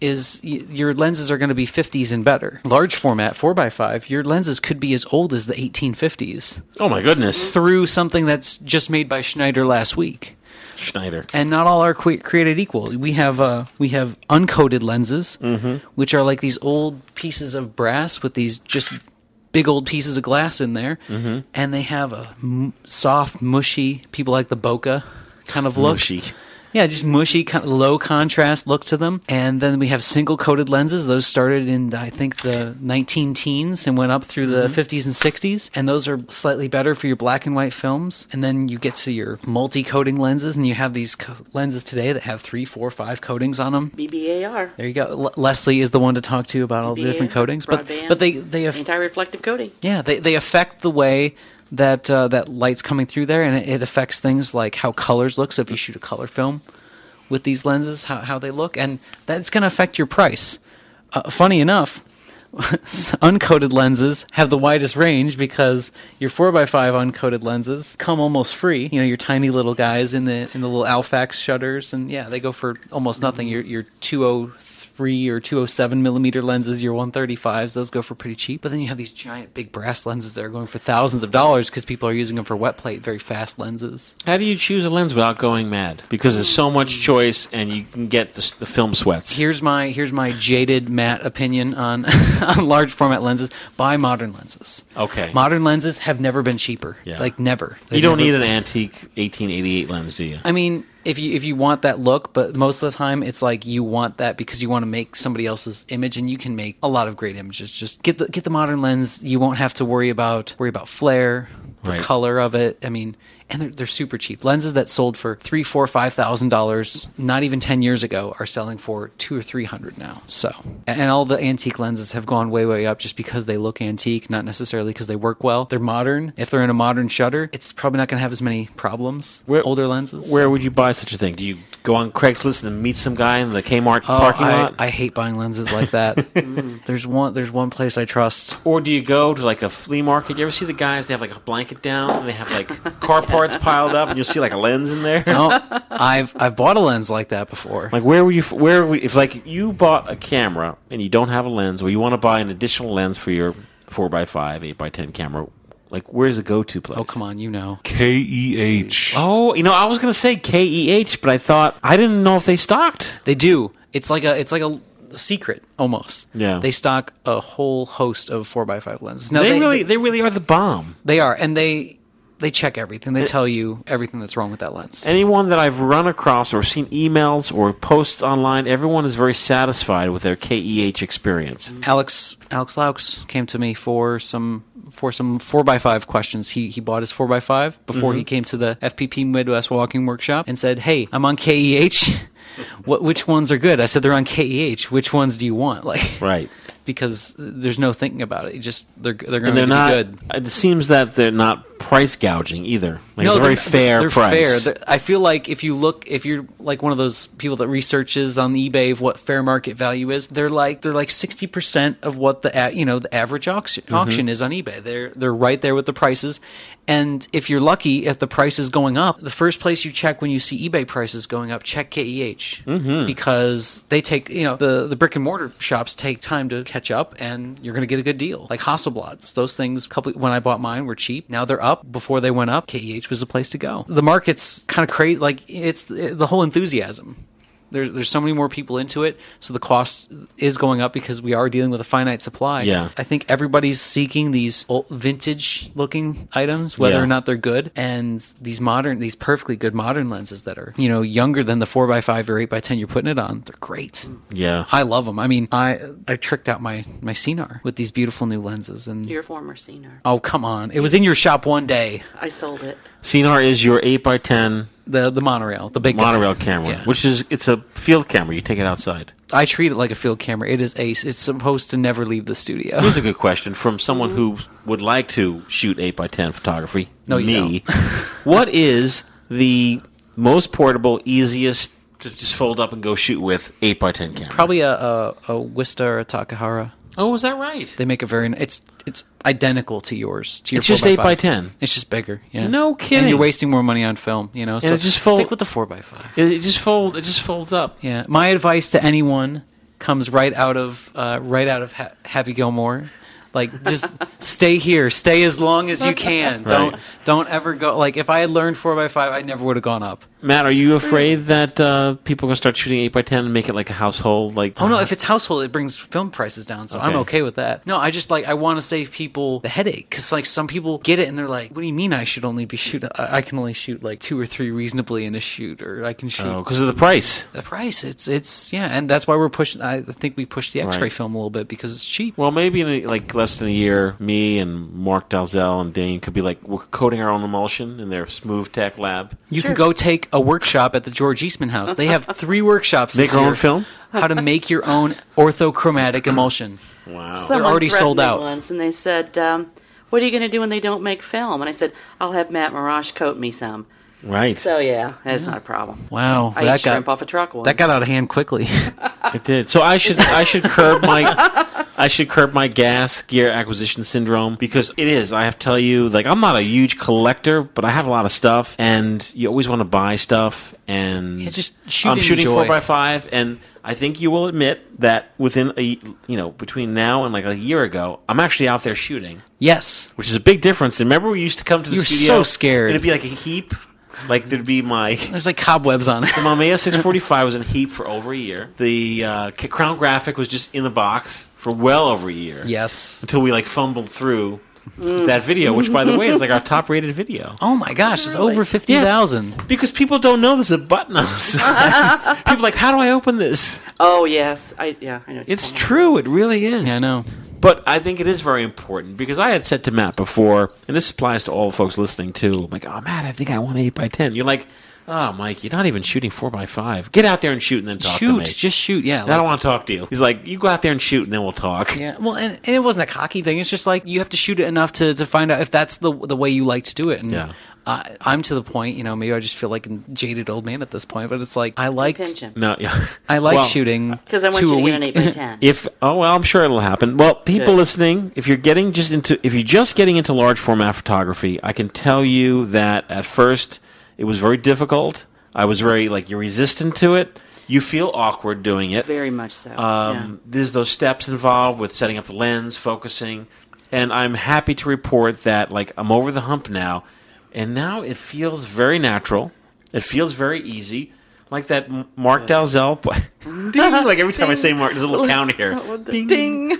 Speaker 3: is y- your lenses are going to be 50s and better. Large format 4x5, your lenses could be as old as the 1850s
Speaker 2: oh my goodness,
Speaker 3: through something that's just made by Schneider last week.
Speaker 2: Schneider.
Speaker 3: And not all are que- created equal. We have uh, we have uncoated lenses, which are like these old pieces of brass with these just big old pieces of glass in there, and they have a m- soft, mushy. People like the bokeh kind of look.
Speaker 2: Mushy.
Speaker 3: Yeah, just mushy, kind of low contrast look to them. And then we have single coated lenses. Those started in, I think, the 19 teens and went up through the 50s and 60s. And those are slightly better for your black and white films. And then you get to your multi coating lenses, and you have these co- lenses today that have three, four, five coatings on them.
Speaker 4: BBAR.
Speaker 3: There you go. L- Leslie is the one to talk to about all the different coatings, but
Speaker 4: broadband,
Speaker 3: but they they aff-
Speaker 4: anti-reflective coating.
Speaker 3: yeah, they, they affect the way that uh, that light's coming through there, and it, it affects things like how colors look. So if you shoot a color film with these lenses, how how they look, and that's going to affect your price. Uh, funny enough, uncoated lenses have the widest range because your four x five uncoated lenses come almost free. You know, your tiny little guys in the in the little Alfax shutters, and yeah, they go for almost nothing. Your your two oh three or two oh seven millimeter lenses, your one thirty fives, those go for pretty cheap. But then you have these giant big brass lenses that are going for thousands of dollars because people are using them for wet plate, very fast lenses.
Speaker 2: How do you choose a lens without going mad? Because there's so much choice, and you can get the, s- the film sweats.
Speaker 3: Here's my here's my jaded Matt opinion on on large format lenses. Buy modern lenses.
Speaker 2: Okay.
Speaker 3: Modern lenses have never been cheaper.
Speaker 2: Yeah.
Speaker 3: Like never.
Speaker 2: you don't need
Speaker 3: They've
Speaker 2: an
Speaker 3: never-
Speaker 2: antique 1888 lens, do you?
Speaker 3: I mean, if you if you want that look, but most of the time it's like you want that because you want to make somebody else's image, and you can make a lot of great images. Just get the get the modern lens. You won't have to worry about worry about flare, the
Speaker 2: Right.
Speaker 3: color of it. I mean, and they're, they're super cheap. Lenses that sold for three, four, five thousand dollars not even ten years ago are selling for two or three hundred now. So, and all the antique lenses have gone way way up just because they look antique, not necessarily because they work well. They're modern. If they're in a modern shutter, it's probably not going to have as many problems.
Speaker 2: Where-
Speaker 3: older lenses.
Speaker 2: Where would you buy such a thing? Do you go on Craigslist and meet some guy in the Kmart
Speaker 3: Oh,
Speaker 2: parking
Speaker 3: I,
Speaker 2: lot,
Speaker 3: I hate buying lenses like that. there's one. There's one place I trust.
Speaker 2: or do you go to like a flea market? You ever see the guys? They have like a blanket down, and they have like car parts piled up, and you'll see like a lens in there.
Speaker 3: No, I've I've bought a lens like that before.
Speaker 2: Like where were you? Where were if like you bought a camera and you don't have a lens, or you want to buy an additional lens for your four x five, eight x ten camera? Like where's the go to place?
Speaker 3: oh come on, you know.
Speaker 6: K E H.
Speaker 2: Oh, you know, I was gonna say K E H, but I thought I didn't know if they stocked.
Speaker 3: They do. It's like a it's like a secret almost.
Speaker 2: Yeah.
Speaker 3: They stock a whole host of four x five lenses. Now
Speaker 2: they, really, they really are the bomb.
Speaker 3: they are, and they they check everything. They tell you everything that's wrong with that lens.
Speaker 2: Anyone that I've run across or seen emails or posts online, everyone is very satisfied with their K E H experience.
Speaker 3: Alex Alex Laux came to me for some for some four x five questions. He he bought his four x five before
Speaker 2: Mm-hmm.
Speaker 3: he came to the FPP Midwest Walking Workshop and said, "Hey, I'm on KEH. what which ones are good?" I said, "They're on KEH. Which ones do you want?" Like
Speaker 2: Right.
Speaker 3: because there's no thinking about it. You just they're they're
Speaker 2: And
Speaker 3: going
Speaker 2: they're
Speaker 3: to be
Speaker 2: not.
Speaker 3: good.
Speaker 2: It seems that they're not price gouging either. Like it's a
Speaker 3: they're-
Speaker 2: very fair
Speaker 3: they're
Speaker 2: price.
Speaker 3: fair. They're- I feel like if you look, if you're like one of those people that researches on eBay of what fair market value is, they're like they're like sixty percent of what the a- you know the average auction,
Speaker 2: Mm-hmm.
Speaker 3: auction is on eBay. They're they're right there with the prices, and if you're lucky, if the price is going up, the first place you check when you see eBay prices going up, check KEH because they take you know the the brick and mortar shops take time to catch up, and you're going to get a good deal. Like Hasselblads, those things. Couple when I bought mine were cheap. Now they're up. Before they went up, KEH was the place to go. The market's kind of crazy. Like it's the whole enthusiasm. There, there's so many more people into it, so the cost is going up because we are dealing with a finite supply.
Speaker 2: Yeah.
Speaker 3: I think everybody's seeking these old, vintage-looking items, whether
Speaker 2: Yeah.
Speaker 3: or not they're good, and these modern, these perfectly good modern lenses that are you know younger than the four x five or eight x ten you're putting it on. They're great.
Speaker 2: yeah.
Speaker 3: I love them. I mean, I I tricked out my my Cenar with these beautiful new lenses, and
Speaker 4: Your former senior.
Speaker 3: oh come on, it was in your shop one day.
Speaker 4: I sold it.
Speaker 2: CNR is your eight x ten
Speaker 3: The the monorail, the big guy.
Speaker 2: monorail camera,
Speaker 3: Yeah.
Speaker 2: which is it's a field camera. You take it outside.
Speaker 3: I treat it like a field camera. It is ace. It's supposed to never leave the studio.
Speaker 2: Here's a good question from someone who would like to shoot 8 by 10 photography.
Speaker 3: Mm-hmm. No, you
Speaker 2: me. what is the most portable, easiest to just fold up and go shoot with 8 by 10 camera?
Speaker 3: Probably a, a, a Wista or a Takahara.
Speaker 2: Oh, is that right?
Speaker 3: They make a very. It's it's identical to yours. To your
Speaker 2: It's just
Speaker 3: 4x5.
Speaker 2: 8x10.
Speaker 3: It's just bigger. Yeah.
Speaker 2: No
Speaker 3: And
Speaker 2: kidding.
Speaker 3: you're wasting more money on film. You know. so
Speaker 2: it just fold-
Speaker 3: stick with the four x five.
Speaker 2: It, it just fold. It just folds up.
Speaker 3: Yeah. My advice to anyone comes right out of uh, right out of ha- Happy Gilmore. Like just stay here, stay as long as you can. Don't
Speaker 2: Right.
Speaker 3: don't ever go. Like if I had learned four x five, I never would have gone up.
Speaker 2: Matt, are you afraid that uh, people are going to start shooting eight by ten and make it like a household? Like,
Speaker 3: Oh no, if it's household, it brings film prices down, so I'm
Speaker 2: Okay.
Speaker 3: okay with that. No, I just like I want to save people the headache because like some people get it and they're like, "What do you mean I should only be shoot? I, I can only shoot like two or three reasonably in a shoot, or I can shoot
Speaker 2: because Oh, of the price.
Speaker 3: the price." It's it's yeah, and that's why we're pushing. I think we push the X-ray
Speaker 2: Right.
Speaker 3: film a little bit because it's cheap.
Speaker 2: Well, maybe in a, like less than a year, me and Mark Dalzell and Dane could be like we're coding our own emulsion in their Smooth Tech lab.
Speaker 3: You can go take a workshop at the George Eastman House. They have three workshops.
Speaker 2: Make
Speaker 3: this
Speaker 2: our own
Speaker 3: year.
Speaker 2: film?
Speaker 3: How to make your own orthochromatic emulsion.
Speaker 2: Wow.
Speaker 4: Someone
Speaker 3: Oh. already
Speaker 4: threatened
Speaker 3: sold
Speaker 4: me
Speaker 3: out.
Speaker 4: once, and they said, um, "What are you going to do when they don't make film?" And I said, "I'll have Matt Mirage coat me some."
Speaker 2: right.
Speaker 4: So yeah, that's not a problem.
Speaker 3: Wow,
Speaker 4: I
Speaker 3: that
Speaker 4: ate shrimp
Speaker 3: got
Speaker 4: off a truck once.
Speaker 3: that got out of hand quickly.
Speaker 2: It did. So I should I should curb my I should curb my gas gear acquisition syndrome because it is. I have to tell you, like I'm not a huge collector, but I have a lot of stuff, and you always want to buy stuff. And
Speaker 3: Yeah, just shoot
Speaker 2: I'm
Speaker 3: and
Speaker 2: shooting
Speaker 3: enjoy.
Speaker 2: four by five, and I think you will admit that within a you know between now and like a year ago, I'm actually out there shooting,
Speaker 3: yes.
Speaker 2: which is a big difference. And remember, we used to come to the
Speaker 3: You were
Speaker 2: studio.
Speaker 3: so scared.
Speaker 2: It'd be like a heap. Like there'd be my
Speaker 3: There's like cobwebs on it.
Speaker 2: the Mamiya 645 was in heap for over a year. The uh, K- Crown Graphic was just in the box for well over a year.
Speaker 3: Yes.
Speaker 2: Until we like fumbled through that video, which by the way is like our top rated video.
Speaker 3: Oh my gosh, it's over 50,000.
Speaker 2: Because people don't know there's a button on the side. people are like, how do I open this?
Speaker 4: oh yes, I yeah, I know.
Speaker 2: It's true. It really is.
Speaker 3: Yeah, I know.
Speaker 2: But I think it is very important because I had said to Matt before, and this applies to all the folks listening too. I'm like, oh, Matt, I think I want 8 by 10 You're like, oh, Mike, you're not even shooting 4 by 5 Get out there and shoot and then talk to
Speaker 3: Shoot,
Speaker 2: me.
Speaker 3: just shoot. Yeah.
Speaker 2: I
Speaker 3: like-
Speaker 2: don't want to talk to you. He's like, you go out there and shoot, and then we'll talk.
Speaker 3: yeah. Well, and, and it wasn't a cocky thing. It's just like you have to shoot it enough to, to find out if that's the the way you like to do it. And
Speaker 2: Yeah.
Speaker 3: uh, I'm to the point, you know, maybe I just feel like a jaded old man at this point, but it's like I like
Speaker 4: pinch him
Speaker 2: No, yeah.
Speaker 3: I like
Speaker 2: Well,
Speaker 3: shooting
Speaker 4: because I want
Speaker 3: two
Speaker 4: you
Speaker 3: a
Speaker 4: to
Speaker 3: week.
Speaker 4: get an eight by ten.
Speaker 2: If oh well, I'm sure it'll happen. Well, people
Speaker 4: Good.
Speaker 2: listening, if you're getting just into if you're just getting into large format photography, I can tell you that at first it was very difficult. I was very like you're resistant to it. You feel awkward doing it.
Speaker 4: Very much so.
Speaker 2: Um, There's those steps involved with setting up the lens, focusing, and I'm happy to report that like I'm over the hump now, and now it feels very natural. It feels very easy, like that M- Mark Dalzell. ding, like every time I say Mark, there's a little counter here.
Speaker 4: yeah. ding.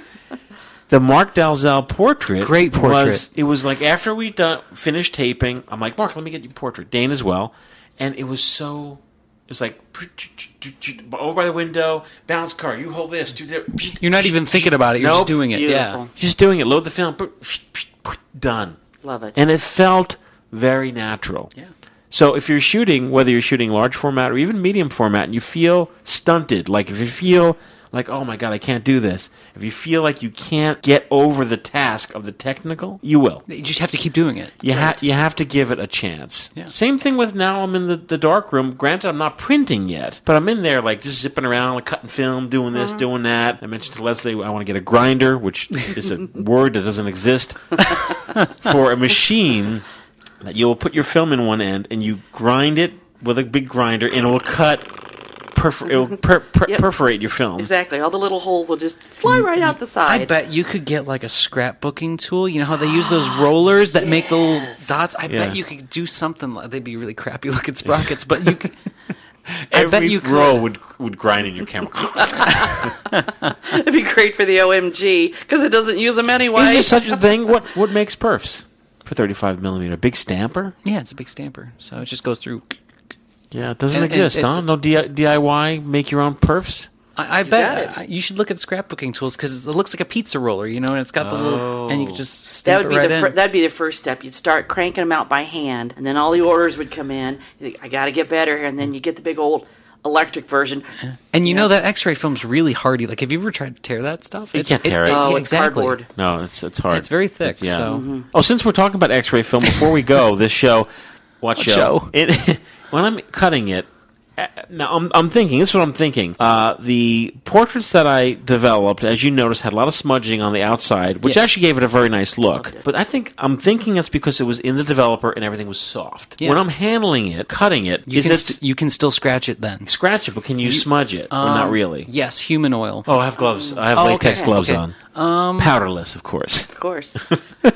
Speaker 2: The Mark Dalzell portrait,
Speaker 3: Great portrait.
Speaker 2: Was, it was like after we done, finished taping, I'm like Mark, let me get your portrait, Dane as well, and it was so. It was like over by the window, bounce car. You hold this. Do that.
Speaker 3: You're not even thinking about it. You're
Speaker 2: Nope.
Speaker 3: just doing it.
Speaker 4: Beautiful.
Speaker 3: Yeah.
Speaker 2: Just doing it. Load the film. Done.
Speaker 4: Love it.
Speaker 2: And it felt very natural.
Speaker 3: Yeah.
Speaker 2: So if you're shooting, whether you're shooting large format or even medium format, and you feel stunted, like if you feel like, oh my God, I can't do this, if you feel like you can't get over the task of the technical, you will.
Speaker 3: You just have to keep doing it.
Speaker 2: You, ha- you have to give it a chance.
Speaker 3: Yeah.
Speaker 2: Same thing with now I'm in the, the dark room. Granted, I'm not printing yet, but I'm in there like just zipping around, like cutting film, doing this,
Speaker 3: Uh-huh.
Speaker 2: doing that. I mentioned to Leslie I want to get a grinder, which is a word that doesn't exist, for a machine that you will put your film in one end and you grind it with a big grinder and it will cut. Perfor- it will per- per-
Speaker 4: Yep.
Speaker 2: perforate your film.
Speaker 4: Exactly. All the little holes will just fly right out the side.
Speaker 3: Mm, I bet you could get like a scrapbooking tool. You know how they use those rollers that make the little dots. I
Speaker 2: Yeah.
Speaker 3: bet you could do something. like They'd be really crappy looking sprockets, but you. Could, I
Speaker 2: Every
Speaker 3: bet you could.
Speaker 2: roll would would grind in your camera.
Speaker 4: It'd be great for the OMG because it doesn't use them anyway.
Speaker 2: Is there such a thing? What what makes perfs for thirty five millimeter? Big stamper?
Speaker 3: Yeah, it's a big stamper, so it just goes through.
Speaker 2: Yeah, it doesn't
Speaker 3: And- and
Speaker 2: exist,
Speaker 3: it-
Speaker 2: huh? No D- DIY, make your own perfs.
Speaker 3: I, I
Speaker 4: got
Speaker 3: bet
Speaker 4: it.
Speaker 3: I, you should look at scrapbooking tools because it looks like a pizza roller, you know, and it's got the little and you can just
Speaker 4: Oh.
Speaker 3: stamp
Speaker 4: that would be
Speaker 3: it right
Speaker 4: the
Speaker 3: in.
Speaker 4: fir- that'd be the first step. You'd start cranking them out by hand, and then all the orders would come in. You think, I got to get better here,
Speaker 3: Mm.
Speaker 4: and then you get the big old electric version.
Speaker 3: and you know that X-ray film's really hardy. Like, have you ever tried to tear that stuff? You
Speaker 2: can't tear it.
Speaker 4: Oh,
Speaker 3: yeah,
Speaker 4: it's cardboard.
Speaker 2: No, it's it's hard.
Speaker 3: It's very thick.
Speaker 2: It's- yeah.
Speaker 3: So
Speaker 2: Oh, since we're talking about X ray film, before we go, this show, what show?
Speaker 3: show?
Speaker 2: It, when I'm cutting it, now I'm, I'm thinking this is what i'm thinking uh, the portraits that i developed as you noticed had a lot of smudging on the outside which
Speaker 3: Yes.
Speaker 2: actually gave it a very nice look but i think i'm thinking that's because it was in the developer and everything was soft
Speaker 3: Yeah.
Speaker 2: when i'm handling it cutting it
Speaker 3: You
Speaker 2: is
Speaker 3: can
Speaker 2: it
Speaker 3: st- you can still scratch it then.
Speaker 2: scratch it but can you, smudge it or not
Speaker 3: Um,
Speaker 2: really
Speaker 3: Yes, human oil.
Speaker 2: oh i have gloves i have
Speaker 3: Oh,
Speaker 2: latex
Speaker 3: okay.
Speaker 2: gloves
Speaker 3: Okay. Um,
Speaker 2: on powderless of course
Speaker 4: Of course.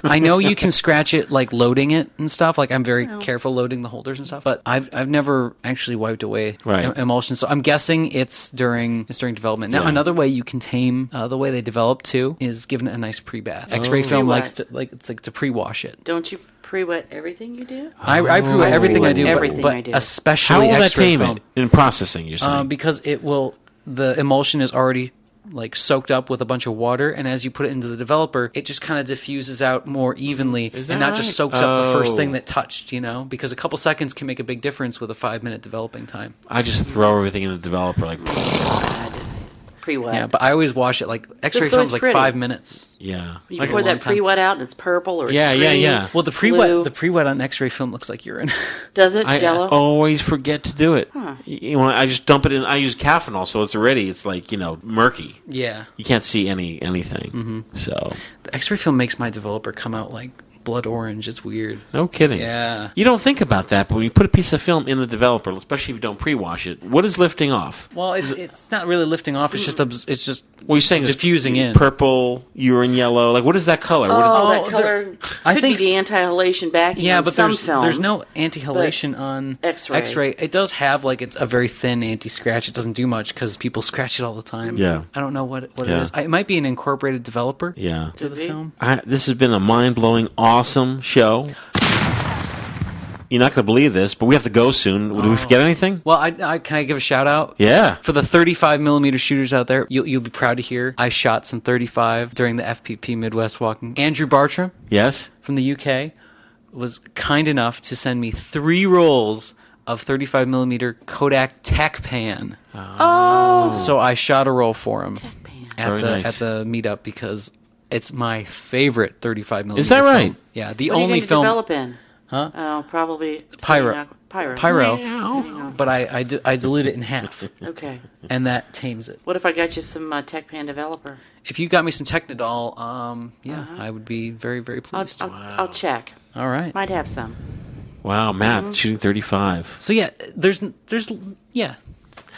Speaker 3: I know you can scratch it like loading it and stuff. Like I'm very careful loading the holders and stuff, but I've I've never actually wiped away
Speaker 2: Right.
Speaker 3: em- emulsion. So I'm guessing it's during it's during development. Now
Speaker 2: Yeah.
Speaker 3: another way you can tame uh, the way they develop too is giving it a nice pre-bath.
Speaker 2: Oh.
Speaker 3: X-ray film
Speaker 4: Pre-wet.
Speaker 3: likes to like it's like to pre-wash it.
Speaker 4: Don't you pre-wet everything you do?
Speaker 3: I, I pre-wet
Speaker 4: I
Speaker 3: everything I
Speaker 4: pre-wet
Speaker 3: do, but-
Speaker 4: everything
Speaker 3: but,
Speaker 4: I do.
Speaker 3: especially
Speaker 2: Oh. how will that
Speaker 3: X-ray
Speaker 2: tame
Speaker 3: film.
Speaker 2: it in processing you're saying
Speaker 3: Um, because it will, the emulsion is already like soaked up with a bunch of water, and as you put it into the developer, it just kind of diffuses out more evenly, and
Speaker 2: that
Speaker 3: not
Speaker 2: right?
Speaker 3: just soaks up the
Speaker 2: Oh.
Speaker 3: first thing that touched. You know, because a couple seconds can make a big difference with a five minute developing time.
Speaker 2: i just throw everything in the developer like
Speaker 4: I just pre-wet.
Speaker 3: Yeah, but I always wash it like X-ray
Speaker 4: always
Speaker 3: films like
Speaker 4: pretty.
Speaker 3: five minutes.
Speaker 2: yeah
Speaker 4: you
Speaker 2: Like-
Speaker 4: pour
Speaker 3: long
Speaker 4: that
Speaker 3: time.
Speaker 4: pre-wet out and it's purple or it's
Speaker 2: Yeah, yeah,
Speaker 4: green.
Speaker 2: yeah.
Speaker 3: Well, the pre-wet,
Speaker 4: Blue.
Speaker 3: the uh, pre-wet on X-ray film looks like urine.
Speaker 4: Does it
Speaker 2: I
Speaker 4: jello?
Speaker 3: oh,
Speaker 2: always forget to do it. Y- You know, I just dump it in. I use caffeinol, so it's already it's like you know murky.
Speaker 3: yeah,
Speaker 2: You can't see any anything.
Speaker 3: Mm-hmm.
Speaker 2: So
Speaker 3: the X-ray film makes my developer come out like blood orange. It's weird.
Speaker 2: no kidding.
Speaker 3: Yeah.
Speaker 2: You don't think about that, but when you put a piece of film in the developer, especially if you don't pre-wash it, what is lifting off?
Speaker 3: Well, it's it's not really lifting off. It's just abs- it's just
Speaker 2: Well, you're saying this
Speaker 3: diffusing in.
Speaker 2: purple, urine yellow. Like, what is that color? What is
Speaker 4: Oh,
Speaker 3: Oh,
Speaker 4: that color
Speaker 3: there-
Speaker 4: could
Speaker 3: I think
Speaker 4: be the
Speaker 3: s-
Speaker 4: anti-halation backing.
Speaker 3: Yeah,
Speaker 4: on
Speaker 3: but
Speaker 4: some
Speaker 3: there's
Speaker 4: films.
Speaker 3: there's no anti-halation on
Speaker 4: X-ray.
Speaker 3: It does have like it's a very thin anti-scratch. It doesn't do much because people scratch it all the time.
Speaker 2: Yeah.
Speaker 3: I don't know what what
Speaker 2: Yeah.
Speaker 3: it is. I, it might be an incorporated developer
Speaker 2: yeah.
Speaker 3: to the
Speaker 4: be.
Speaker 3: film.
Speaker 2: I, this has been a mind blowing, awesome show. You're not going to believe this, but we have to go soon. Did we forget
Speaker 3: Oh.
Speaker 2: anything?
Speaker 3: Well, I, I can I give a shout out.
Speaker 2: Yeah.
Speaker 3: For the 35 millimeter shooters out there, you'll, you'll be proud to hear I shot some 35 during the FPP Midwest Walking. Andrew Bartram
Speaker 2: Yes.
Speaker 3: from the UK was kind enough to send me three rolls of 35 millimeter Kodak Tecpan. Oh. So I shot a roll for him at
Speaker 2: Very
Speaker 3: the
Speaker 2: nice.
Speaker 3: at the meetup because it's my favorite 35 millimeter.
Speaker 2: Is that
Speaker 3: film.
Speaker 2: right?
Speaker 3: Yeah, the
Speaker 4: What are you
Speaker 3: only
Speaker 4: going to
Speaker 3: film
Speaker 4: develop in? Huh? Oh, probably
Speaker 3: Pyro.
Speaker 4: Obsidian Aqua- Pyro.
Speaker 3: pyro,
Speaker 4: Pyro.
Speaker 3: but I I, di- I dilute it in half,
Speaker 4: Okay.
Speaker 3: and that tames it.
Speaker 4: What if I got you some uh, TechPan developer?
Speaker 3: If you got me some Technodol, um, yeah, I would be very very
Speaker 4: Uh-huh. I'll,
Speaker 3: pleased.
Speaker 4: I'll, I'll check.
Speaker 3: All right.
Speaker 4: Might have some.
Speaker 2: Wow, Matt,
Speaker 3: Mm-hmm.
Speaker 2: shooting 35.
Speaker 3: So yeah, there's there's yeah.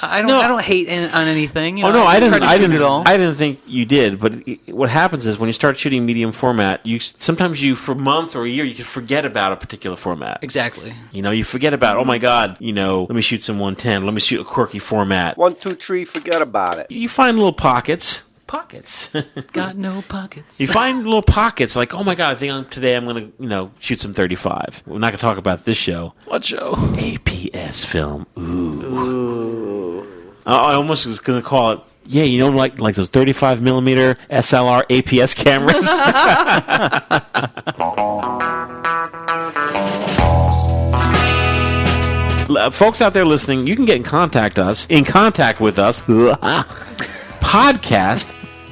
Speaker 3: I don't I don't hate in, on anything. you
Speaker 2: Oh
Speaker 3: know,
Speaker 2: no, I didn't.
Speaker 3: try to
Speaker 2: I
Speaker 3: shoot
Speaker 2: didn't.
Speaker 3: it all.
Speaker 2: I didn't think you did. But i what happens is when you start shooting medium format, you s- sometimes you for months or a year you can forget about a particular format.
Speaker 3: exactly.
Speaker 2: You know, you forget about. Oh my God, you know, let me shoot some 110. Let me shoot a quirky format.
Speaker 8: One, two, three, forget about it.
Speaker 2: You find little pockets. Pockets.
Speaker 3: Got no pockets.
Speaker 2: you find little pockets like, oh my God, I think I'm, today I'm gonna you know shoot some 35. We're not gonna talk about this show.
Speaker 3: what show?
Speaker 2: APS film. Ooh. I, I almost was going to call it. Yeah, you know, like like those 35 millimeter SLR APS cameras. Uh, Folks out there listening, you can get in contact us, in contact with us, podcast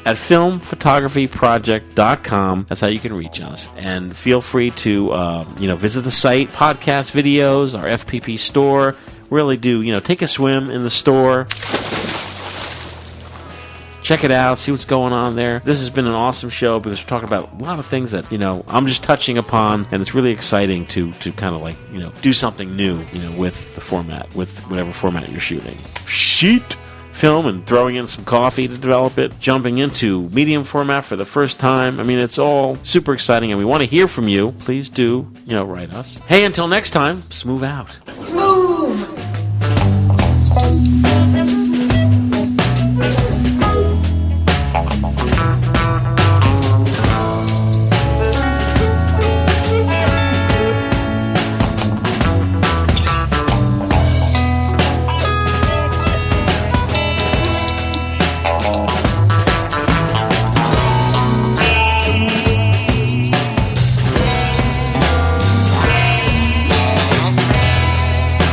Speaker 2: at filmphotographyproject.com. That's how you can reach us. And feel free to, um, you know, visit the site, podcast videos, our FPP store. Really do, you know, take a swim in the store. Check it out, see what's going on there. This has been an awesome show because we're talking about a lot of things that, you know, I'm just touching upon and it's really exciting to to kind of like, you know, do something new, you know, with the format, with whatever format you're shooting. Sheet film and throwing in some coffee to develop it, jumping into medium format for the first time. I mean, it's all super exciting and we want to hear from you. Please do, you know, write us. Hey, until next time, smooth out.
Speaker 7: Smooth!
Speaker 5: Smooth.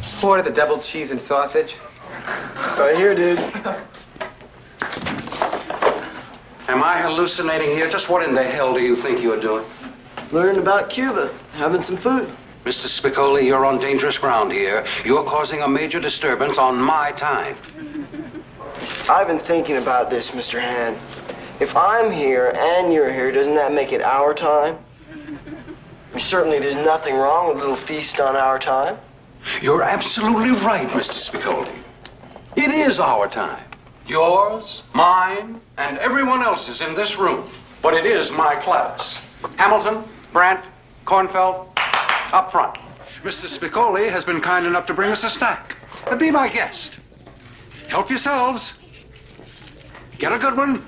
Speaker 9: Florida, the deviled cheese and sausage? Right here, dude. Am I hallucinating here? Just what in the hell do you think you're doing?
Speaker 10: Learning about Cuba, having some food.
Speaker 9: Mr. Spicoli, you're on dangerous ground here. You're causing a major disturbance on my time.
Speaker 10: I've been thinking about this, Mr. Hand. If I'm here and you're here, doesn't that make it our time? I mean, certainly there's nothing wrong with a little feast on our time.
Speaker 9: You're absolutely right, Mr. Spicoli. It is our time. Yours, mine, and everyone else's in this room. But it is my class. Hamilton, Brandt, Kornfeld, up front. Mr. Spicoli has been kind enough to bring us a snack. Now be my guest. Help yourselves. Get a good one.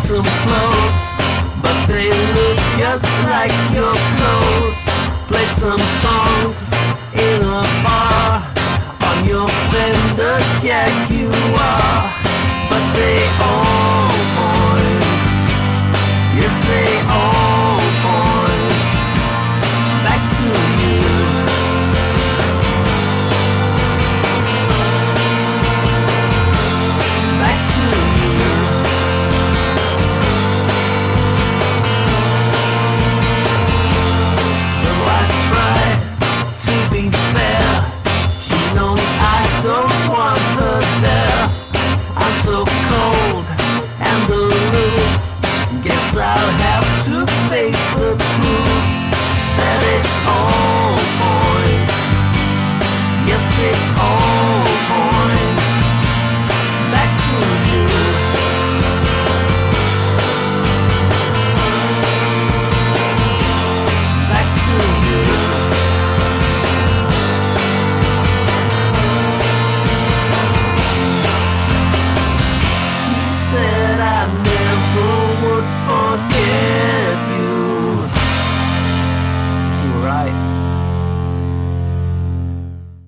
Speaker 3: Some clothes, but they look just like your clothes. Play some songs in a bar on your Fender Jaguar.